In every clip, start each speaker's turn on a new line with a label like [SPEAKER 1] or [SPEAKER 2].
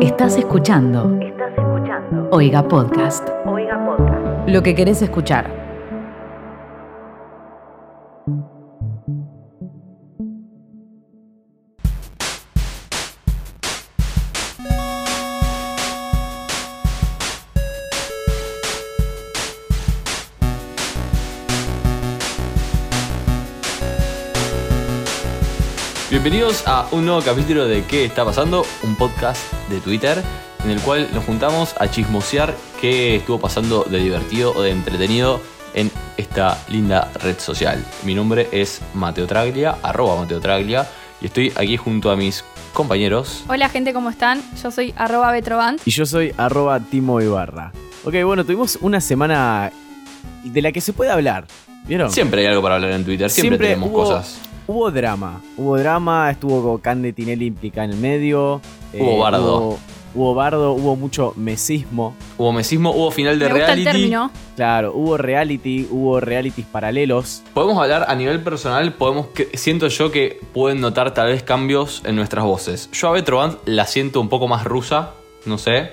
[SPEAKER 1] Estás escuchando. Estás escuchando. Oiga Podcast. Oiga Podcast. Lo que querés escuchar.
[SPEAKER 2] Bienvenidos a un nuevo capítulo de ¿Qué está pasando? Un podcast de Twitter en el cual nos juntamos a chismosear qué estuvo pasando de divertido o de entretenido en esta linda red social. Mi nombre es Mateo Traglia, arroba Mateo Traglia, y estoy aquí junto a mis compañeros.
[SPEAKER 3] Hola gente, ¿cómo están? Yo soy arroba Betroban.
[SPEAKER 4] Y yo soy arroba Timo Ibarra. Ok, bueno, tuvimos una semana de la que se puede hablar.
[SPEAKER 3] Ah.
[SPEAKER 4] ¿Vieron?
[SPEAKER 2] Siempre hay algo para hablar en Twitter, siempre,
[SPEAKER 4] Siempre
[SPEAKER 2] tenemos
[SPEAKER 4] hubo-
[SPEAKER 2] cosas.
[SPEAKER 4] Hubo drama. Hubo drama, estuvo Cande Tinelli implicada en el medio. eh,
[SPEAKER 2] Hubo bardo.
[SPEAKER 4] Hubo, hubo bardo, hubo mucho mesismo.
[SPEAKER 2] Hubo mesismo, hubo final de
[SPEAKER 3] Me gusta el
[SPEAKER 2] reality.
[SPEAKER 3] término.
[SPEAKER 4] Claro, hubo reality, hubo realities paralelos.
[SPEAKER 2] Podemos hablar a nivel personal, podemos que- siento yo que pueden notar tal vez cambios en nuestras voces. Yo a Betroban la siento un poco más rusa, no sé.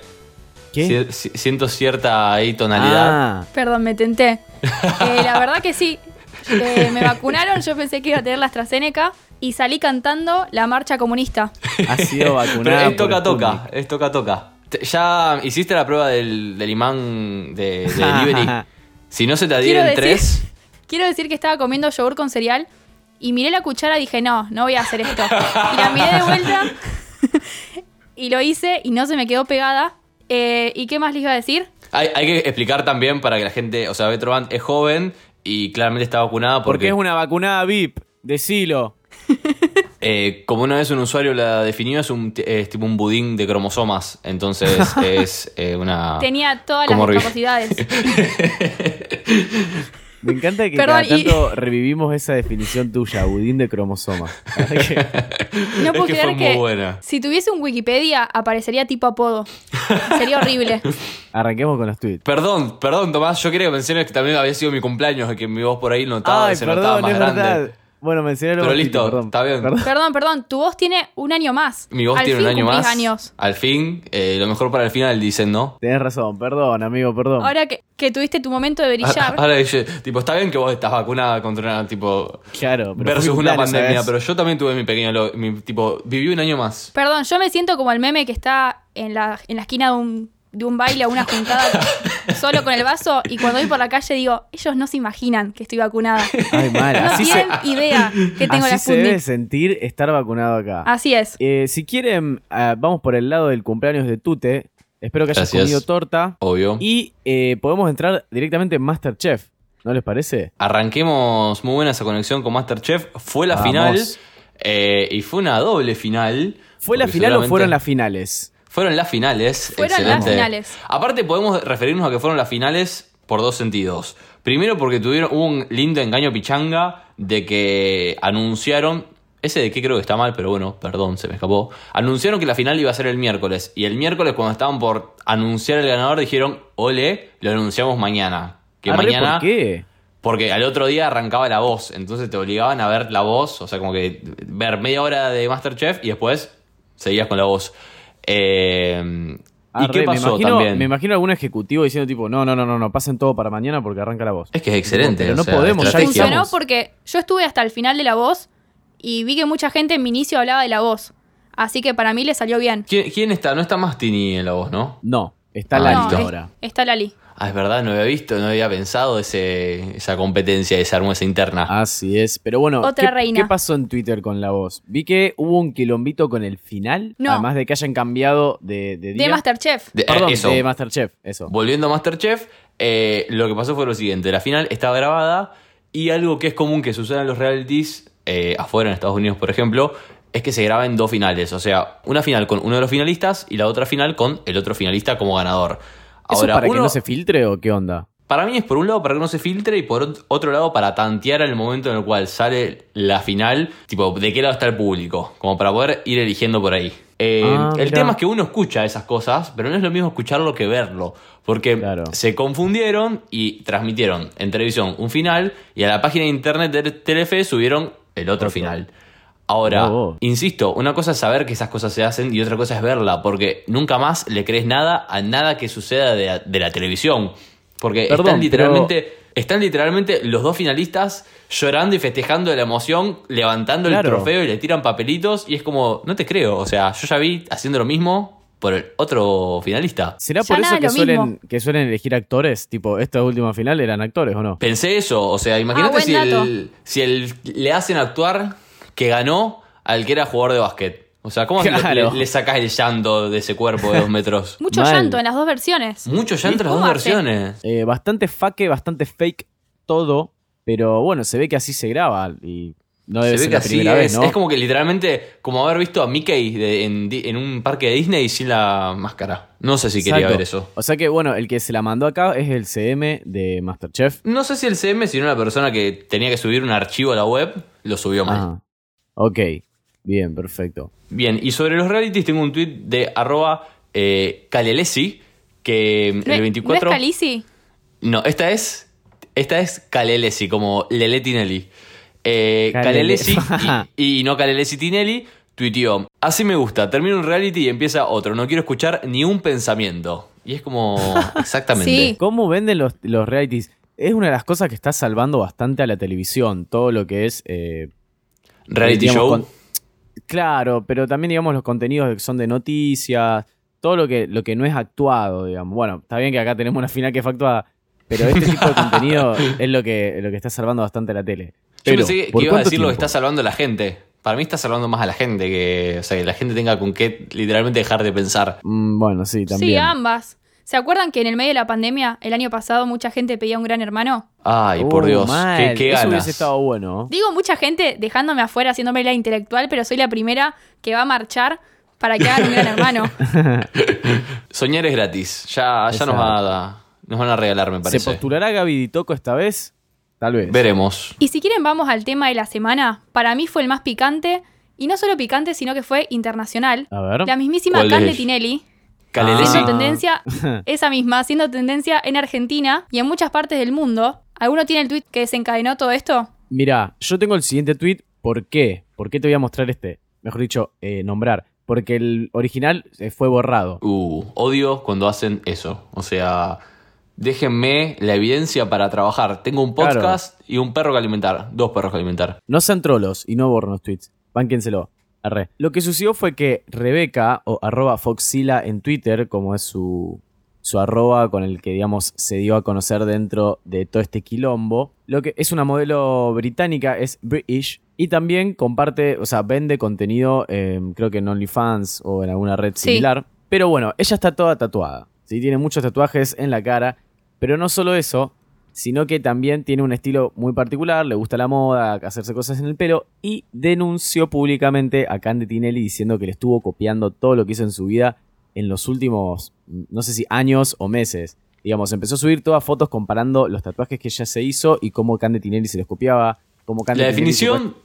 [SPEAKER 2] Si- si- siento cierta ahí tonalidad.
[SPEAKER 4] Ah,
[SPEAKER 3] Perdón, me tenté. Eh, la verdad que sí. Eh, me vacunaron, yo pensé que iba a tener la AstraZeneca y salí cantando la marcha comunista.
[SPEAKER 4] ha sido vacunada.
[SPEAKER 2] Pero es toca
[SPEAKER 4] por
[SPEAKER 2] toca,
[SPEAKER 4] Sputnik.
[SPEAKER 2] es toca toca. Te- Ya hiciste la prueba del, del imán de, de delivery. si no se te
[SPEAKER 3] Quiero
[SPEAKER 2] adhieren
[SPEAKER 3] decir-
[SPEAKER 2] tres,
[SPEAKER 3] Quiero decir que estaba comiendo yogur con cereal y miré la cuchara y dije, no, no voy a hacer esto. Y la miré de vuelta y lo hice y no se me quedó pegada. Eh, ¿Y qué más les iba a decir?
[SPEAKER 2] hay, hay que explicar también para que la gente, o sea, Betroban es joven y claramente está vacunada
[SPEAKER 4] Porque
[SPEAKER 2] porque,
[SPEAKER 4] es una vacunada VIP. Decilo.
[SPEAKER 2] Eh, como una vez un usuario la definió, es, un, t- es tipo un budín de cromosomas. Entonces es eh, una.
[SPEAKER 3] Tenía todas las
[SPEAKER 2] Como horrible.
[SPEAKER 3] discapacidades.
[SPEAKER 4] Me encanta que
[SPEAKER 3] Perdón,
[SPEAKER 4] cada
[SPEAKER 3] y-
[SPEAKER 4] tanto revivimos esa definición tuya, budín de cromosoma. La verdad que-
[SPEAKER 3] No puedo
[SPEAKER 2] es que
[SPEAKER 3] creer
[SPEAKER 2] fue
[SPEAKER 3] que
[SPEAKER 2] muy buena.
[SPEAKER 3] si tuviese un Wikipedia aparecería tipo apodo. Sería horrible.
[SPEAKER 4] Arranquemos con los tweets.
[SPEAKER 2] Perdón, perdón, Tomás. Yo quería mencionar que también había sido mi cumpleaños, que mi voz por ahí notaba, se notaba más grande.
[SPEAKER 4] Bueno, mencioné lo
[SPEAKER 2] Pero
[SPEAKER 4] más
[SPEAKER 2] listo,
[SPEAKER 4] chiquito, perdón.
[SPEAKER 2] está bien.
[SPEAKER 4] Perdón.
[SPEAKER 3] Perdón, perdón, tu voz tiene un año más.
[SPEAKER 2] Mi voz
[SPEAKER 3] Al
[SPEAKER 2] tiene un
[SPEAKER 3] fin
[SPEAKER 2] año
[SPEAKER 3] cumplís
[SPEAKER 2] más.
[SPEAKER 3] años.
[SPEAKER 2] Al fin, eh, lo mejor para el final, dicen, ¿no?
[SPEAKER 4] Tenés razón, perdón, amigo, perdón.
[SPEAKER 3] Ahora que, que tuviste tu momento
[SPEAKER 2] Ah,
[SPEAKER 3] de brillar,
[SPEAKER 2] Ahora dice, tipo, está bien que vos estás vacunada contra una, tipo,
[SPEAKER 4] claro, pero
[SPEAKER 2] versus
[SPEAKER 4] fue
[SPEAKER 2] una
[SPEAKER 4] cumpleaños,
[SPEAKER 2] pandemia,
[SPEAKER 4] ¿sabes?
[SPEAKER 2] pero yo también tuve mi pequeño, lo- mi, tipo, viví un año más.
[SPEAKER 3] perdón, yo me siento como el meme que está en la, en la esquina de un, de un baile o una juntada solo con el vaso y cuando voy por la calle digo, ellos no se imaginan que estoy vacunada.
[SPEAKER 4] Ay, mal,
[SPEAKER 3] No
[SPEAKER 4] así se,
[SPEAKER 3] tienen idea que tengo
[SPEAKER 4] así
[SPEAKER 3] la Ah.
[SPEAKER 4] se debe
[SPEAKER 3] Sputnik.
[SPEAKER 4] sentir estar vacunado acá.
[SPEAKER 3] Así es.
[SPEAKER 4] Eh, si quieren, ah, vamos por el lado del cumpleaños de Tute. Espero que hayas
[SPEAKER 2] Gracias.
[SPEAKER 4] comido torta.
[SPEAKER 2] Obvio.
[SPEAKER 4] Y eh, podemos entrar directamente en Masterchef. ¿No les parece?
[SPEAKER 2] Arranquemos muy buena esa conexión con Masterchef. Fue la
[SPEAKER 4] Vamos.
[SPEAKER 2] final eh, y fue una doble final.
[SPEAKER 4] ¿Fue la
[SPEAKER 2] porque
[SPEAKER 4] final o
[SPEAKER 2] seguramente-
[SPEAKER 4] fueron las finales?
[SPEAKER 2] Fueron las finales.
[SPEAKER 3] Fueron las
[SPEAKER 2] excelente.
[SPEAKER 3] finales.
[SPEAKER 2] Aparte, podemos referirnos a que fueron las finales por dos sentidos. Primero, porque tuvieron hubo un lindo engaño pichanga de que anunciaron. Ese de qué creo que está mal, pero bueno, perdón, se me escapó. Anunciaron que la final iba a ser el miércoles. Y el miércoles, cuando estaban por anunciar el ganador, dijeron: Ole, lo anunciamos mañana. Que
[SPEAKER 4] Arre,
[SPEAKER 2] mañana.
[SPEAKER 4] ¿Por qué?
[SPEAKER 2] Porque al otro día arrancaba la voz, entonces te obligaban a ver la voz, o sea, como que ver media hora de Masterchef y después seguías con la voz. Eh, ¿Y
[SPEAKER 4] Arre,
[SPEAKER 2] qué pasó
[SPEAKER 4] Ah, me imagino,
[SPEAKER 2] también?
[SPEAKER 4] Me imagino algún ejecutivo diciendo tipo, no, no, no, no, no, pasen todo para mañana porque arranca la voz.
[SPEAKER 2] Es que es excelente.
[SPEAKER 4] Pero no
[SPEAKER 2] o sea,
[SPEAKER 4] podemos, ya
[SPEAKER 2] estrategia.
[SPEAKER 3] Funcionó
[SPEAKER 4] estamos.
[SPEAKER 3] porque yo estuve hasta el final de La Voz y vi que mucha gente en mi inicio hablaba de La Voz. Así que para mí le salió bien.
[SPEAKER 2] ¿Quién, quién está? No está más Tini en la voz, ¿no?
[SPEAKER 4] No, está
[SPEAKER 2] Ah,
[SPEAKER 4] la
[SPEAKER 3] No,
[SPEAKER 4] lista
[SPEAKER 2] listo.
[SPEAKER 3] es-
[SPEAKER 4] ahora.
[SPEAKER 3] está Lali.
[SPEAKER 2] Ah, es verdad, no había visto, no había pensado ese, esa competencia, esa armo, esa interna.
[SPEAKER 4] Así es. Pero bueno,
[SPEAKER 3] Otra
[SPEAKER 4] ¿qué,
[SPEAKER 3] reina.
[SPEAKER 4] ¿qué pasó en Twitter con la voz? Vi que hubo un quilombito con el final,
[SPEAKER 3] No.
[SPEAKER 4] además de que hayan cambiado de, de día.
[SPEAKER 3] De Masterchef.
[SPEAKER 2] De- eh,
[SPEAKER 4] Perdón,
[SPEAKER 2] eso.
[SPEAKER 4] de Masterchef, eso.
[SPEAKER 2] Volviendo a Masterchef, eh, lo que pasó fue lo siguiente: la final estaba grabada y algo que es común que suceda en los realities, eh, afuera en Estados Unidos, por ejemplo, es que se graben dos finales. O sea, una final con uno de los finalistas y la otra final con el otro finalista como ganador.
[SPEAKER 4] ¿Eso
[SPEAKER 2] Ahora,
[SPEAKER 4] para que
[SPEAKER 2] uno-
[SPEAKER 4] no se filtre o qué onda?
[SPEAKER 2] para mí es por un lado para que no se filtre y por ot- otro lado para tantear el momento en el cual sale la final, tipo, de qué lado está el público, como para poder ir eligiendo por ahí. Eh,
[SPEAKER 4] Ah,
[SPEAKER 2] el
[SPEAKER 4] mirá.
[SPEAKER 2] tema es que uno escucha esas cosas, pero no es lo mismo escucharlo que verlo, porque
[SPEAKER 4] Claro.
[SPEAKER 2] se confundieron y transmitieron en televisión un final y a la página de internet de Telefe subieron el otro final. Ahora,
[SPEAKER 4] Oh.
[SPEAKER 2] insisto, una cosa es saber que esas cosas se hacen y otra cosa es verla, porque nunca más le crees nada a nada que suceda de, de la televisión. Porque Eh,
[SPEAKER 4] Perdón,
[SPEAKER 2] están literalmente. Están literalmente los dos finalistas llorando y festejando de la emoción, levantando
[SPEAKER 4] Claro.
[SPEAKER 2] el trofeo y le tiran papelitos. Y es como, no te creo. O sea, yo ya vi haciendo lo mismo por el otro finalista.
[SPEAKER 4] ¿Será
[SPEAKER 3] Ya
[SPEAKER 4] por
[SPEAKER 3] nada
[SPEAKER 4] eso que
[SPEAKER 3] es lo mismo.
[SPEAKER 4] suelen, que suelen elegir actores? Tipo, esta última final eran actores o no.
[SPEAKER 2] Pensé eso, o sea, imagínate
[SPEAKER 3] Ah, buen
[SPEAKER 2] si,
[SPEAKER 3] dato.
[SPEAKER 2] el, si el- le hacen actuar que ganó al que era jugador de básquet. O sea, ¿cómo le-
[SPEAKER 4] Claro.
[SPEAKER 2] le, le sacas el llanto de ese cuerpo de dos metros?
[SPEAKER 3] Mucho
[SPEAKER 4] Mal.
[SPEAKER 3] llanto en las dos versiones.
[SPEAKER 2] Mucho llanto en las
[SPEAKER 3] ¿Cómo
[SPEAKER 2] dos
[SPEAKER 3] hacen?
[SPEAKER 2] versiones.
[SPEAKER 4] Eh, bastante faque, bastante fake todo, pero bueno, se ve que así se graba y no debe
[SPEAKER 2] Se
[SPEAKER 4] ser
[SPEAKER 2] ve que
[SPEAKER 4] la
[SPEAKER 2] así
[SPEAKER 4] primera vez,
[SPEAKER 2] es.
[SPEAKER 4] ¿no?
[SPEAKER 2] Es como que literalmente, como haber visto a Mickey de- en, Di- en un parque de Disney sin la máscara. No sé si quería
[SPEAKER 4] Exacto.
[SPEAKER 2] ver eso.
[SPEAKER 4] O sea que, bueno, el que se la mandó acá es el CM de Masterchef.
[SPEAKER 2] No sé si el CM, sino la persona que tenía que subir un archivo a la web, lo subió mal.
[SPEAKER 4] Ah, ok. Bien, perfecto.
[SPEAKER 2] Bien, y sobre los realities tengo un tweet de arroba eh, Calelesi, que
[SPEAKER 3] ¿No es-
[SPEAKER 2] el 24...
[SPEAKER 3] ¿No es Calisi?
[SPEAKER 2] No, esta es. Esta es Calelesi, como Lele Tinelli. Eh,
[SPEAKER 4] Calele-
[SPEAKER 2] Calelesi y, y no Calelesi Tinelli tuiteó: Así me gusta, termina un reality y empieza otro. No quiero escuchar ni un pensamiento. Y es como. Exactamente.
[SPEAKER 3] Sí.
[SPEAKER 4] ¿Cómo venden los, los realities? Es una de las cosas que está salvando bastante a la televisión, todo lo que es... eh,
[SPEAKER 2] Reality
[SPEAKER 4] digamos,
[SPEAKER 2] show.
[SPEAKER 4] con- Claro, pero también digamos los contenidos que son de noticias, todo lo que, lo que no es actuado, digamos. Bueno, está bien que acá tenemos una final que fue actuada, pero este tipo de contenido es lo que, lo que está salvando bastante a la tele.
[SPEAKER 2] Yo
[SPEAKER 4] Pero,
[SPEAKER 2] pensé que- que
[SPEAKER 4] ¿por
[SPEAKER 2] ibas a
[SPEAKER 4] cuánto
[SPEAKER 2] decir lo que
[SPEAKER 4] tiempo?
[SPEAKER 2] está salvando a la gente. Para mí está salvando más a la gente que. O sea, que la gente tenga con qué literalmente dejar de pensar.
[SPEAKER 4] Mm, bueno, sí, también.
[SPEAKER 3] Sí, ambas. ¿Se acuerdan que en el medio de la pandemia, el año pasado, mucha gente pedía un gran hermano?
[SPEAKER 2] Ay, por
[SPEAKER 4] Oh,
[SPEAKER 2] Dios.
[SPEAKER 4] mal.
[SPEAKER 2] Qué, qué
[SPEAKER 4] Eso
[SPEAKER 2] ganas.
[SPEAKER 4] hubiese estado bueno.
[SPEAKER 3] Digo mucha gente dejándome afuera, haciéndome la intelectual, pero soy la primera que va a marchar para que hagan un gran hermano.
[SPEAKER 2] Soñar es gratis. Ya, ya nos,
[SPEAKER 4] Exacto.
[SPEAKER 2] va a- nos van a regalar, me
[SPEAKER 4] ¿Se
[SPEAKER 2] parece.
[SPEAKER 4] postulará Gaby Di Toco esta vez? Tal vez.
[SPEAKER 2] Veremos.
[SPEAKER 3] Y si quieren, vamos al tema de la semana. Para mí fue el más picante, y no solo picante, sino que fue internacional.
[SPEAKER 4] A ver.
[SPEAKER 3] La mismísima
[SPEAKER 2] ¿Cuál
[SPEAKER 3] Cande
[SPEAKER 2] es?
[SPEAKER 3] Tinelli,
[SPEAKER 2] Calelesi.
[SPEAKER 3] siendo
[SPEAKER 4] Ah.
[SPEAKER 3] tendencia, esa misma, siendo tendencia en Argentina y en muchas partes del mundo. ¿Alguno tiene el tweet que desencadenó todo esto?
[SPEAKER 4] Mirá, yo tengo el siguiente tweet. ¿Por qué? ¿Por qué te voy a mostrar este? Mejor dicho, eh, nombrar. Porque el original eh, fue borrado.
[SPEAKER 2] Uh, odio cuando hacen eso. O sea, déjenme la evidencia para trabajar. Tengo un
[SPEAKER 4] Claro.
[SPEAKER 2] podcast y un perro que alimentar. Dos perros que alimentar.
[SPEAKER 4] No sean trolos y no borren los tweets. Bánquenselo. Arre. Lo que sucedió fue que Rebeca, o arroba Foxila en Twitter, como es su, su arroba con el que, digamos, se dio a conocer dentro de todo este quilombo, lo que es una modelo británica, es British, y también comparte, o sea, vende contenido, eh, creo que en OnlyFans o en alguna red
[SPEAKER 3] Sí.
[SPEAKER 4] similar. Pero bueno, ella está toda tatuada, ¿sí? Tiene muchos tatuajes en la cara, pero no solo eso, sino que también tiene un estilo muy particular, le gusta la moda, hacerse cosas en el pelo, y denunció públicamente a Cande Tinelli diciendo que le estuvo copiando todo lo que hizo en su vida en los últimos, no sé si años o meses. Digamos, empezó a subir todas fotos comparando los tatuajes que ya se hizo y cómo Cande Tinelli se los copiaba. Cómo Cande
[SPEAKER 2] La
[SPEAKER 4] Tinelli
[SPEAKER 2] definición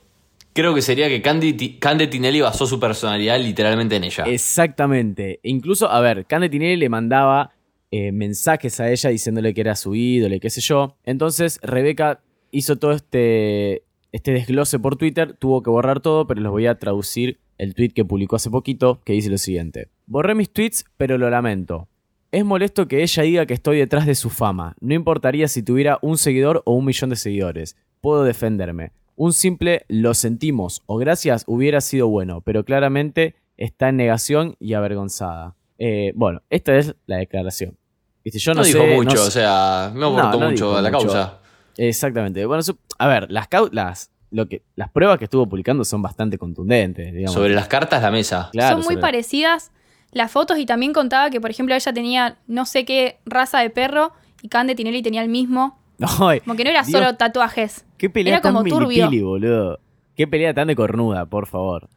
[SPEAKER 2] creo que sería que Candy, Ti- Cande Tinelli basó su personalidad literalmente en ella.
[SPEAKER 4] Exactamente. E incluso, a ver, Cande Tinelli le mandaba eh, mensajes a ella diciéndole que era su ídolo y qué sé yo. Entonces, Rebeca hizo todo este, este desglose por Twitter, tuvo que borrar todo, pero les voy a traducir el tweet que publicó hace poquito, que dice lo siguiente. Borré mis tweets, pero lo lamento. Es molesto que ella diga que estoy detrás de su fama. No importaría si tuviera un seguidor o un millón de seguidores. Puedo defenderme. Un simple lo sentimos o gracias hubiera sido bueno, pero claramente está en negación y avergonzada. Eh, bueno, esta es la declaración. Viste, yo
[SPEAKER 2] no,
[SPEAKER 4] no,
[SPEAKER 2] dijo
[SPEAKER 4] sé,
[SPEAKER 2] mucho,
[SPEAKER 4] no-
[SPEAKER 2] o sea, no
[SPEAKER 4] No,
[SPEAKER 2] aportó
[SPEAKER 4] no
[SPEAKER 2] mucho
[SPEAKER 4] dijo
[SPEAKER 2] a la
[SPEAKER 4] mucho.
[SPEAKER 2] causa.
[SPEAKER 4] Exactamente. Bueno, su- a ver, las, cau- las, lo que, las pruebas que estuvo publicando son bastante contundentes, digamos.
[SPEAKER 2] Sobre las cartas, la mesa.
[SPEAKER 4] Claro,
[SPEAKER 3] Son muy
[SPEAKER 4] sobre-
[SPEAKER 3] parecidas las fotos y también contaba que, por ejemplo, ella tenía no sé qué raza de perro y Cande Tinelli tenía el mismo.
[SPEAKER 4] Ay,
[SPEAKER 3] Como que no era
[SPEAKER 4] Dios,
[SPEAKER 3] solo tatuajes.
[SPEAKER 4] Qué pelea
[SPEAKER 3] Era
[SPEAKER 4] tan
[SPEAKER 3] como turbio.
[SPEAKER 4] milipili, boludo. Qué pelea tan de cornuda, por favor.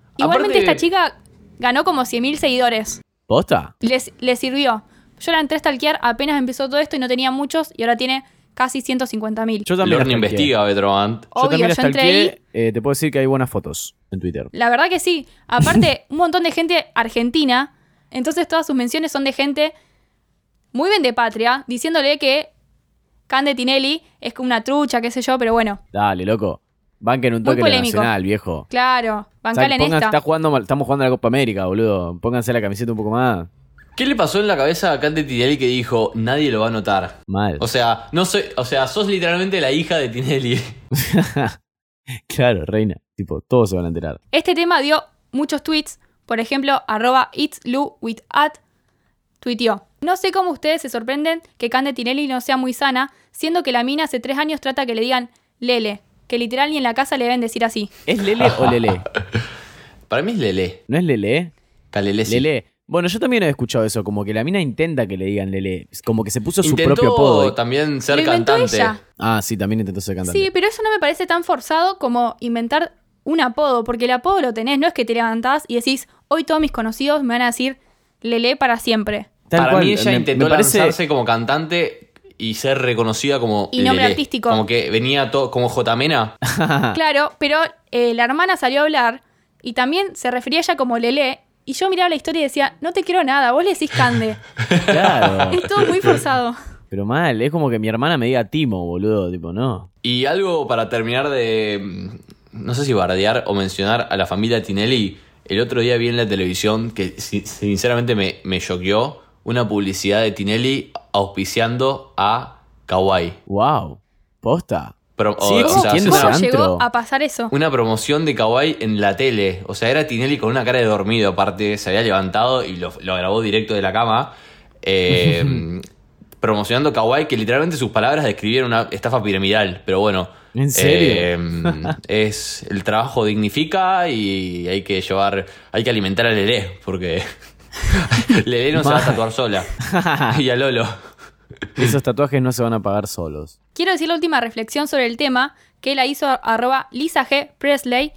[SPEAKER 2] Aparte-
[SPEAKER 3] Igualmente esta chica ganó como 100.000 seguidores.
[SPEAKER 4] ¿Posta?
[SPEAKER 3] Les, le sirvió. Yo la entré a stalkear apenas empezó todo esto y no tenía muchos y ahora tiene casi 150.000.
[SPEAKER 4] Yo
[SPEAKER 2] Lorne
[SPEAKER 4] también la stalkeé.
[SPEAKER 2] investiga, Betrobant.
[SPEAKER 4] Yo
[SPEAKER 3] Obvio,
[SPEAKER 4] también la
[SPEAKER 3] yo entré
[SPEAKER 4] stalkeé.
[SPEAKER 3] ahí.
[SPEAKER 4] Eh, te puedo decir que hay buenas fotos en Twitter.
[SPEAKER 3] La verdad que sí. Aparte, un montón de gente argentina. Entonces todas sus menciones son de gente muy bien de patria, diciéndole que Cande Tinelli es como una trucha, qué sé yo, pero bueno.
[SPEAKER 4] Dale, loco. Banquen un toque la
[SPEAKER 3] polémico.
[SPEAKER 4] nacional, viejo.
[SPEAKER 3] Claro,
[SPEAKER 4] O sea,
[SPEAKER 3] bancala en
[SPEAKER 4] pongan-
[SPEAKER 3] esta.
[SPEAKER 4] está jugando mal- estamos jugando a la Copa América, boludo. Pónganse la camiseta un poco más.
[SPEAKER 2] ¿Qué le pasó en la cabeza a Cande Tinelli que dijo, nadie lo va a notar?
[SPEAKER 4] Mal.
[SPEAKER 2] O sea, no soy, o sea, sos literalmente la hija de Tinelli.
[SPEAKER 4] claro, reina. Tipo, todos se van a enterar.
[SPEAKER 3] Este tema dio muchos tweets. Por ejemplo, arroba it's Lu with at tuiteó. No sé cómo ustedes se sorprenden que Cande Tinelli no sea muy sana, siendo que la mina hace tres años trata que le digan Lele, que literal ni en la casa le deben decir así.
[SPEAKER 4] ¿Es Lele o Lele?
[SPEAKER 2] Para mí es Lele.
[SPEAKER 4] ¿No es Lele?
[SPEAKER 2] Calele sí.
[SPEAKER 4] Lele. Bueno, yo también he escuchado eso, como que la mina intenta que le digan Lele. Es Como que se puso su propio
[SPEAKER 2] Intentó
[SPEAKER 4] apodo.
[SPEAKER 2] también
[SPEAKER 3] Lo
[SPEAKER 2] ser
[SPEAKER 3] inventó
[SPEAKER 2] cantante.
[SPEAKER 3] ella.
[SPEAKER 4] Ah, sí, también intentó ser cantante.
[SPEAKER 3] Sí, pero eso no me parece tan forzado como inventar un apodo, porque el apodo lo tenés, no es que te levantás y decís, hoy todos mis conocidos me van a decir Lele para siempre.
[SPEAKER 4] Tal
[SPEAKER 2] Para
[SPEAKER 4] cual,
[SPEAKER 2] mí ella
[SPEAKER 4] me-
[SPEAKER 2] intentó
[SPEAKER 4] me parece-
[SPEAKER 2] lanzarse como cantante y ser reconocida como
[SPEAKER 3] Y nombre
[SPEAKER 2] Lelé.
[SPEAKER 3] artístico.
[SPEAKER 2] Como que venía todo como J Mena.
[SPEAKER 3] Claro, pero eh, la hermana salió a hablar y también se refería a ella como Lele. Y yo miraba la historia y decía, no te quiero nada, vos le decís Cande.
[SPEAKER 4] Claro.
[SPEAKER 3] es todo muy forzado.
[SPEAKER 4] Pero mal, es como que mi hermana me diga Timo, boludo. Tipo, no.
[SPEAKER 2] Y algo para terminar de. mm, No sé si bardear o mencionar a la familia Tinelli. El otro día vi en la televisión que si- sinceramente me, me choqueó una publicidad de Tinelli auspiciando a Kawaii.
[SPEAKER 4] Wow. Posta.
[SPEAKER 2] Pro-
[SPEAKER 4] ¿Sigue existiendo
[SPEAKER 3] ¿Cómo
[SPEAKER 4] ese
[SPEAKER 3] llegó
[SPEAKER 4] antro?
[SPEAKER 3] a pasar eso?
[SPEAKER 2] una promoción de Kawaii en la tele. O sea, era Tinelli con una cara de dormido, aparte se había levantado y lo, lo grabó directo de la cama. eh, promocionando Kawaii, que literalmente sus palabras describieron una estafa piramidal. Pero bueno.
[SPEAKER 4] ¿En serio?
[SPEAKER 2] eh, es el trabajo dignifica y hay que llevar. Hay que alimentar a Lelé, porque. Lelé no se va a tatuar sola. y a Lolo.
[SPEAKER 4] Esos tatuajes no se van a pagar solos.
[SPEAKER 3] Quiero decir la última reflexión sobre el tema que la hizo arroba Lisa G. Presley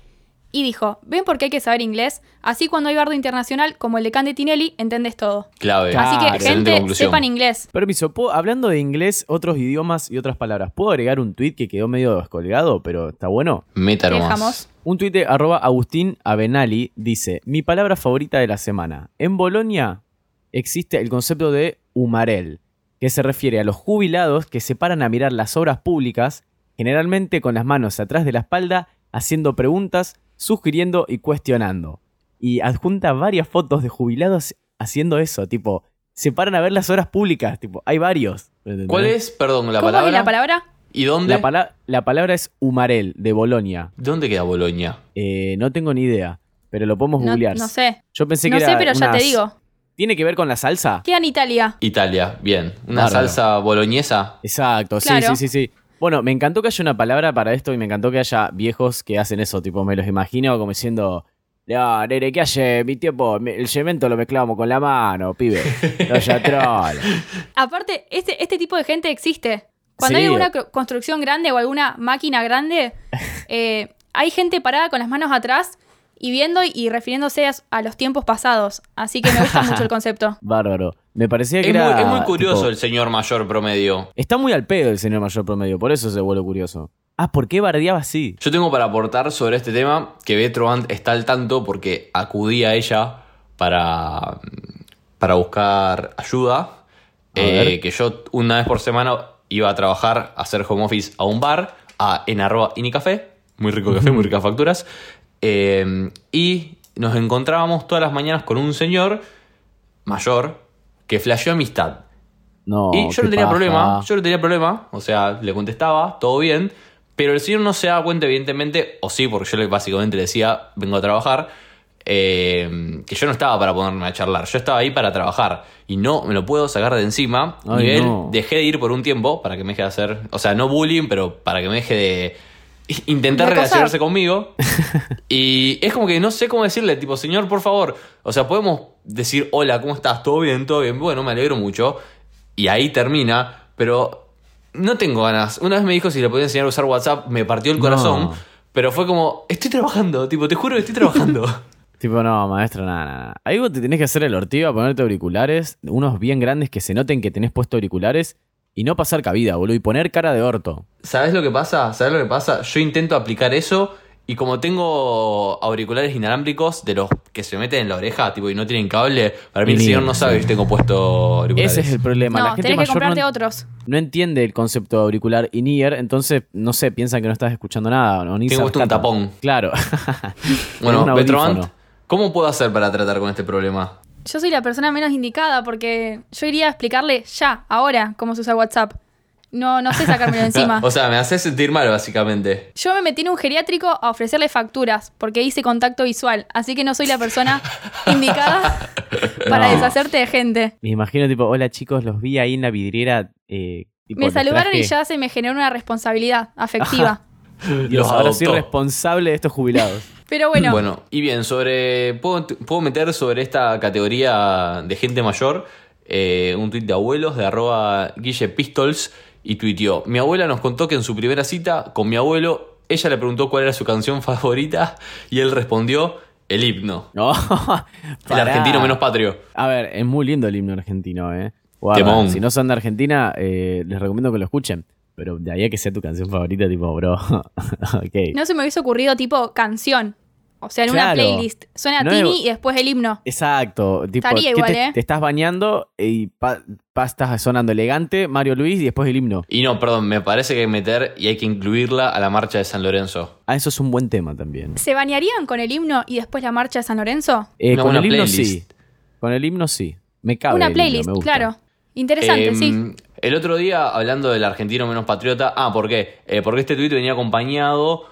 [SPEAKER 3] y dijo, ven por qué hay que saber inglés, así cuando hay bardo internacional como el de Cande Tinelli, entendés todo.
[SPEAKER 2] Clave.
[SPEAKER 3] así que,
[SPEAKER 2] Ah, Excelente
[SPEAKER 3] gente,
[SPEAKER 2] conclusión.
[SPEAKER 3] sepan inglés.
[SPEAKER 4] Permiso, ¿puedo- hablando de inglés, otros idiomas y otras palabras, ¿puedo agregar un tweet que quedó medio descolgado, pero está bueno?
[SPEAKER 2] Meta nomás.
[SPEAKER 3] Dejamos.
[SPEAKER 4] Un tuit de arroba Agustín Avenali dice: Mi palabra favorita de la semana. En Bolonia existe el concepto de humarel, que se refiere a los jubilados que se paran a mirar las obras públicas, generalmente con las manos atrás de la espalda, haciendo preguntas, sugiriendo y cuestionando. Y adjunta varias fotos de jubilados haciendo eso, tipo, se paran a ver las obras públicas, tipo, hay varios. ¿entendés?
[SPEAKER 2] ¿Cuál es, perdón, la
[SPEAKER 3] ¿Cómo
[SPEAKER 2] palabra?
[SPEAKER 3] es la palabra?
[SPEAKER 2] ¿Y dónde?
[SPEAKER 4] La, pala- la palabra es humarel, de Bolonia.
[SPEAKER 2] ¿Dónde queda Boloña?
[SPEAKER 4] Eh, no tengo ni idea, pero lo podemos
[SPEAKER 3] No,
[SPEAKER 4] googlear.
[SPEAKER 3] no sé.
[SPEAKER 4] Yo pensé
[SPEAKER 3] no
[SPEAKER 4] que
[SPEAKER 3] sé,
[SPEAKER 4] era
[SPEAKER 3] pero ya te
[SPEAKER 4] unas-
[SPEAKER 3] digo.
[SPEAKER 4] ¿Tiene que ver con la salsa?
[SPEAKER 3] Queda en Italia.
[SPEAKER 2] Italia, bien. Una
[SPEAKER 4] Bárbaro.
[SPEAKER 2] salsa boloñesa.
[SPEAKER 4] Exacto, sí,
[SPEAKER 3] Claro.
[SPEAKER 4] sí, sí, sí. Bueno, me encantó que haya una palabra para esto y me encantó que haya viejos que hacen eso, tipo, me los imagino como diciendo, no, nene, que hace mi tiempo, Me- el cemento lo mezclábamos con la mano, pibe. Los yatrones.
[SPEAKER 3] Aparte, este, este tipo de gente existe. Cuando
[SPEAKER 4] Sí.
[SPEAKER 3] hay alguna cro- construcción grande o alguna máquina grande, eh, hay gente parada con las manos atrás y viendo y refiriéndose a, a los tiempos pasados. Así que me gusta mucho el concepto.
[SPEAKER 4] Bárbaro. Me parecía
[SPEAKER 2] Es
[SPEAKER 4] que
[SPEAKER 2] muy,
[SPEAKER 4] era...
[SPEAKER 2] es muy curioso
[SPEAKER 4] tipo,
[SPEAKER 2] el señor mayor promedio.
[SPEAKER 4] Está muy al pedo el señor mayor promedio, por eso se vuelve curioso. Ah, ¿por qué bardeaba así?
[SPEAKER 2] Yo tengo para aportar sobre este tema que Betroand está al tanto porque acudí a ella para, para buscar ayuda. Eh,
[SPEAKER 4] ver.
[SPEAKER 2] que yo una vez por semana iba a trabajar, a hacer home office a un bar, a, en arroba inicafé. Muy rico café, muy ricas facturas. Eh, y nos encontrábamos todas las mañanas con un señor mayor que flasheó amistad.
[SPEAKER 4] No,
[SPEAKER 2] Y yo
[SPEAKER 4] qué
[SPEAKER 2] no tenía
[SPEAKER 4] paja.
[SPEAKER 2] problema, yo no tenía problema, o sea, le contestaba, todo bien, pero el señor no se daba cuenta, evidentemente, o sí, porque yo le- básicamente le decía, vengo a trabajar, eh, que yo no estaba para ponerme a charlar, yo estaba ahí para trabajar y no me lo puedo sacar de encima.
[SPEAKER 4] Ay,
[SPEAKER 2] y él
[SPEAKER 4] no.
[SPEAKER 2] dejé de ir por un tiempo para que me deje de hacer, o sea, no bullying, pero para que me deje de intentar
[SPEAKER 3] De acosar.
[SPEAKER 2] relacionarse conmigo. Y es como que no sé cómo decirle, tipo, señor, por favor. O sea, podemos decir, hola, ¿cómo estás? ¿Todo bien? ¿Todo bien? Bueno, me alegro mucho. Y ahí termina, pero no tengo ganas. Una vez me dijo si le podía enseñar a usar WhatsApp, me partió el
[SPEAKER 4] No.
[SPEAKER 2] corazón. Pero fue como, estoy trabajando, tipo, te juro que estoy trabajando.
[SPEAKER 4] Tipo, no, maestro, nada, nada. Ahí vos te tenés que hacer el ortigo, ponerte auriculares, unos bien grandes que se noten que tenés puesto auriculares y no pasar cabida, boludo, y poner cara de orto.
[SPEAKER 2] ¿Sabes lo que pasa? ¿Sabes lo que pasa? Yo intento aplicar eso Y como tengo auriculares inalámbricos de los que se meten en la oreja, tipo, y no tienen cable, para mí el
[SPEAKER 4] Ni-
[SPEAKER 2] señor no sabe que tengo puesto auriculares.
[SPEAKER 4] Ese es el problema. la
[SPEAKER 3] No,
[SPEAKER 4] gente
[SPEAKER 3] tenés que
[SPEAKER 4] mayor
[SPEAKER 3] comprarte
[SPEAKER 4] no,
[SPEAKER 3] otros.
[SPEAKER 4] no entiende el concepto de auricular in-ear, entonces, no sé, piensan que no estás escuchando nada. No, ni
[SPEAKER 2] Tengo
[SPEAKER 4] se
[SPEAKER 2] puesto un
[SPEAKER 4] percatan.
[SPEAKER 2] tapón.
[SPEAKER 4] Claro.
[SPEAKER 2] Bueno,
[SPEAKER 4] Un audífono.
[SPEAKER 2] Petrobant, ¿cómo puedo hacer para tratar con este problema?
[SPEAKER 3] Yo soy la persona menos indicada porque yo iría a explicarle ya, ahora, cómo se usa WhatsApp. No, no sé sacármelo encima.
[SPEAKER 2] O sea, me hace sentir mal, básicamente.
[SPEAKER 3] Yo me metí en un geriátrico a ofrecerle facturas porque hice contacto visual, así que no soy la persona indicada para
[SPEAKER 4] No.
[SPEAKER 3] deshacerte de gente.
[SPEAKER 4] Me imagino, tipo, hola chicos, los vi ahí en la vidriera. eh, tipo,
[SPEAKER 3] Me
[SPEAKER 4] les
[SPEAKER 3] saludaron y
[SPEAKER 4] traje-
[SPEAKER 3] ya se me generó una responsabilidad afectiva.
[SPEAKER 4] Dios,
[SPEAKER 2] Los
[SPEAKER 4] ahora soy
[SPEAKER 2] adoptó.
[SPEAKER 4] responsable de estos jubilados.
[SPEAKER 3] Pero bueno,
[SPEAKER 2] Bueno, y bien, sobre. ¿Puedo, puedo meter sobre esta categoría de gente mayor eh, un tuit de abuelos de arroba Guille Pistols y tuiteó: Mi abuela nos contó que en su primera cita con mi abuelo, ella le preguntó cuál era su canción favorita y él respondió: El himno.
[SPEAKER 4] No,
[SPEAKER 2] El
[SPEAKER 4] pará.
[SPEAKER 2] argentino menos patrio.
[SPEAKER 4] A ver, es muy lindo el himno argentino, ¿eh? Guarda,
[SPEAKER 2] Temón.
[SPEAKER 4] si no son de Argentina, eh, les recomiendo que lo escuchen. Pero de ahí a que sea tu canción favorita, tipo, bro. ok.
[SPEAKER 3] no se me hubiese ocurrido tipo canción. O sea, en una
[SPEAKER 4] Claro.
[SPEAKER 3] playlist. Suena
[SPEAKER 4] No
[SPEAKER 3] Tini
[SPEAKER 4] es-
[SPEAKER 3] y después el himno.
[SPEAKER 4] Exacto. Tipo,
[SPEAKER 3] Estaría
[SPEAKER 4] ¿qué
[SPEAKER 3] igual,
[SPEAKER 4] te,
[SPEAKER 3] ¿eh?
[SPEAKER 4] te estás bañando y pa, pa- estás sonando elegante, Mario Luis y después el himno.
[SPEAKER 2] Y no, perdón, me parece que hay que meter y hay que incluirla a la marcha de San Lorenzo.
[SPEAKER 4] Ah, eso es un buen tema también.
[SPEAKER 3] ¿Se bañarían con el himno y después la marcha de San Lorenzo?
[SPEAKER 4] Eh,
[SPEAKER 2] Una
[SPEAKER 4] con
[SPEAKER 2] buena
[SPEAKER 4] el himno
[SPEAKER 2] playlist.
[SPEAKER 4] sí. Con el himno sí. Me cabe. el
[SPEAKER 3] una
[SPEAKER 4] himno,
[SPEAKER 3] playlist,
[SPEAKER 4] me gusta.
[SPEAKER 3] claro. Interesante,
[SPEAKER 2] Em,
[SPEAKER 3] sí.
[SPEAKER 2] El otro día, hablando del argentino menos patriota, ah, ¿por qué? Eh, porque este tuit venía acompañado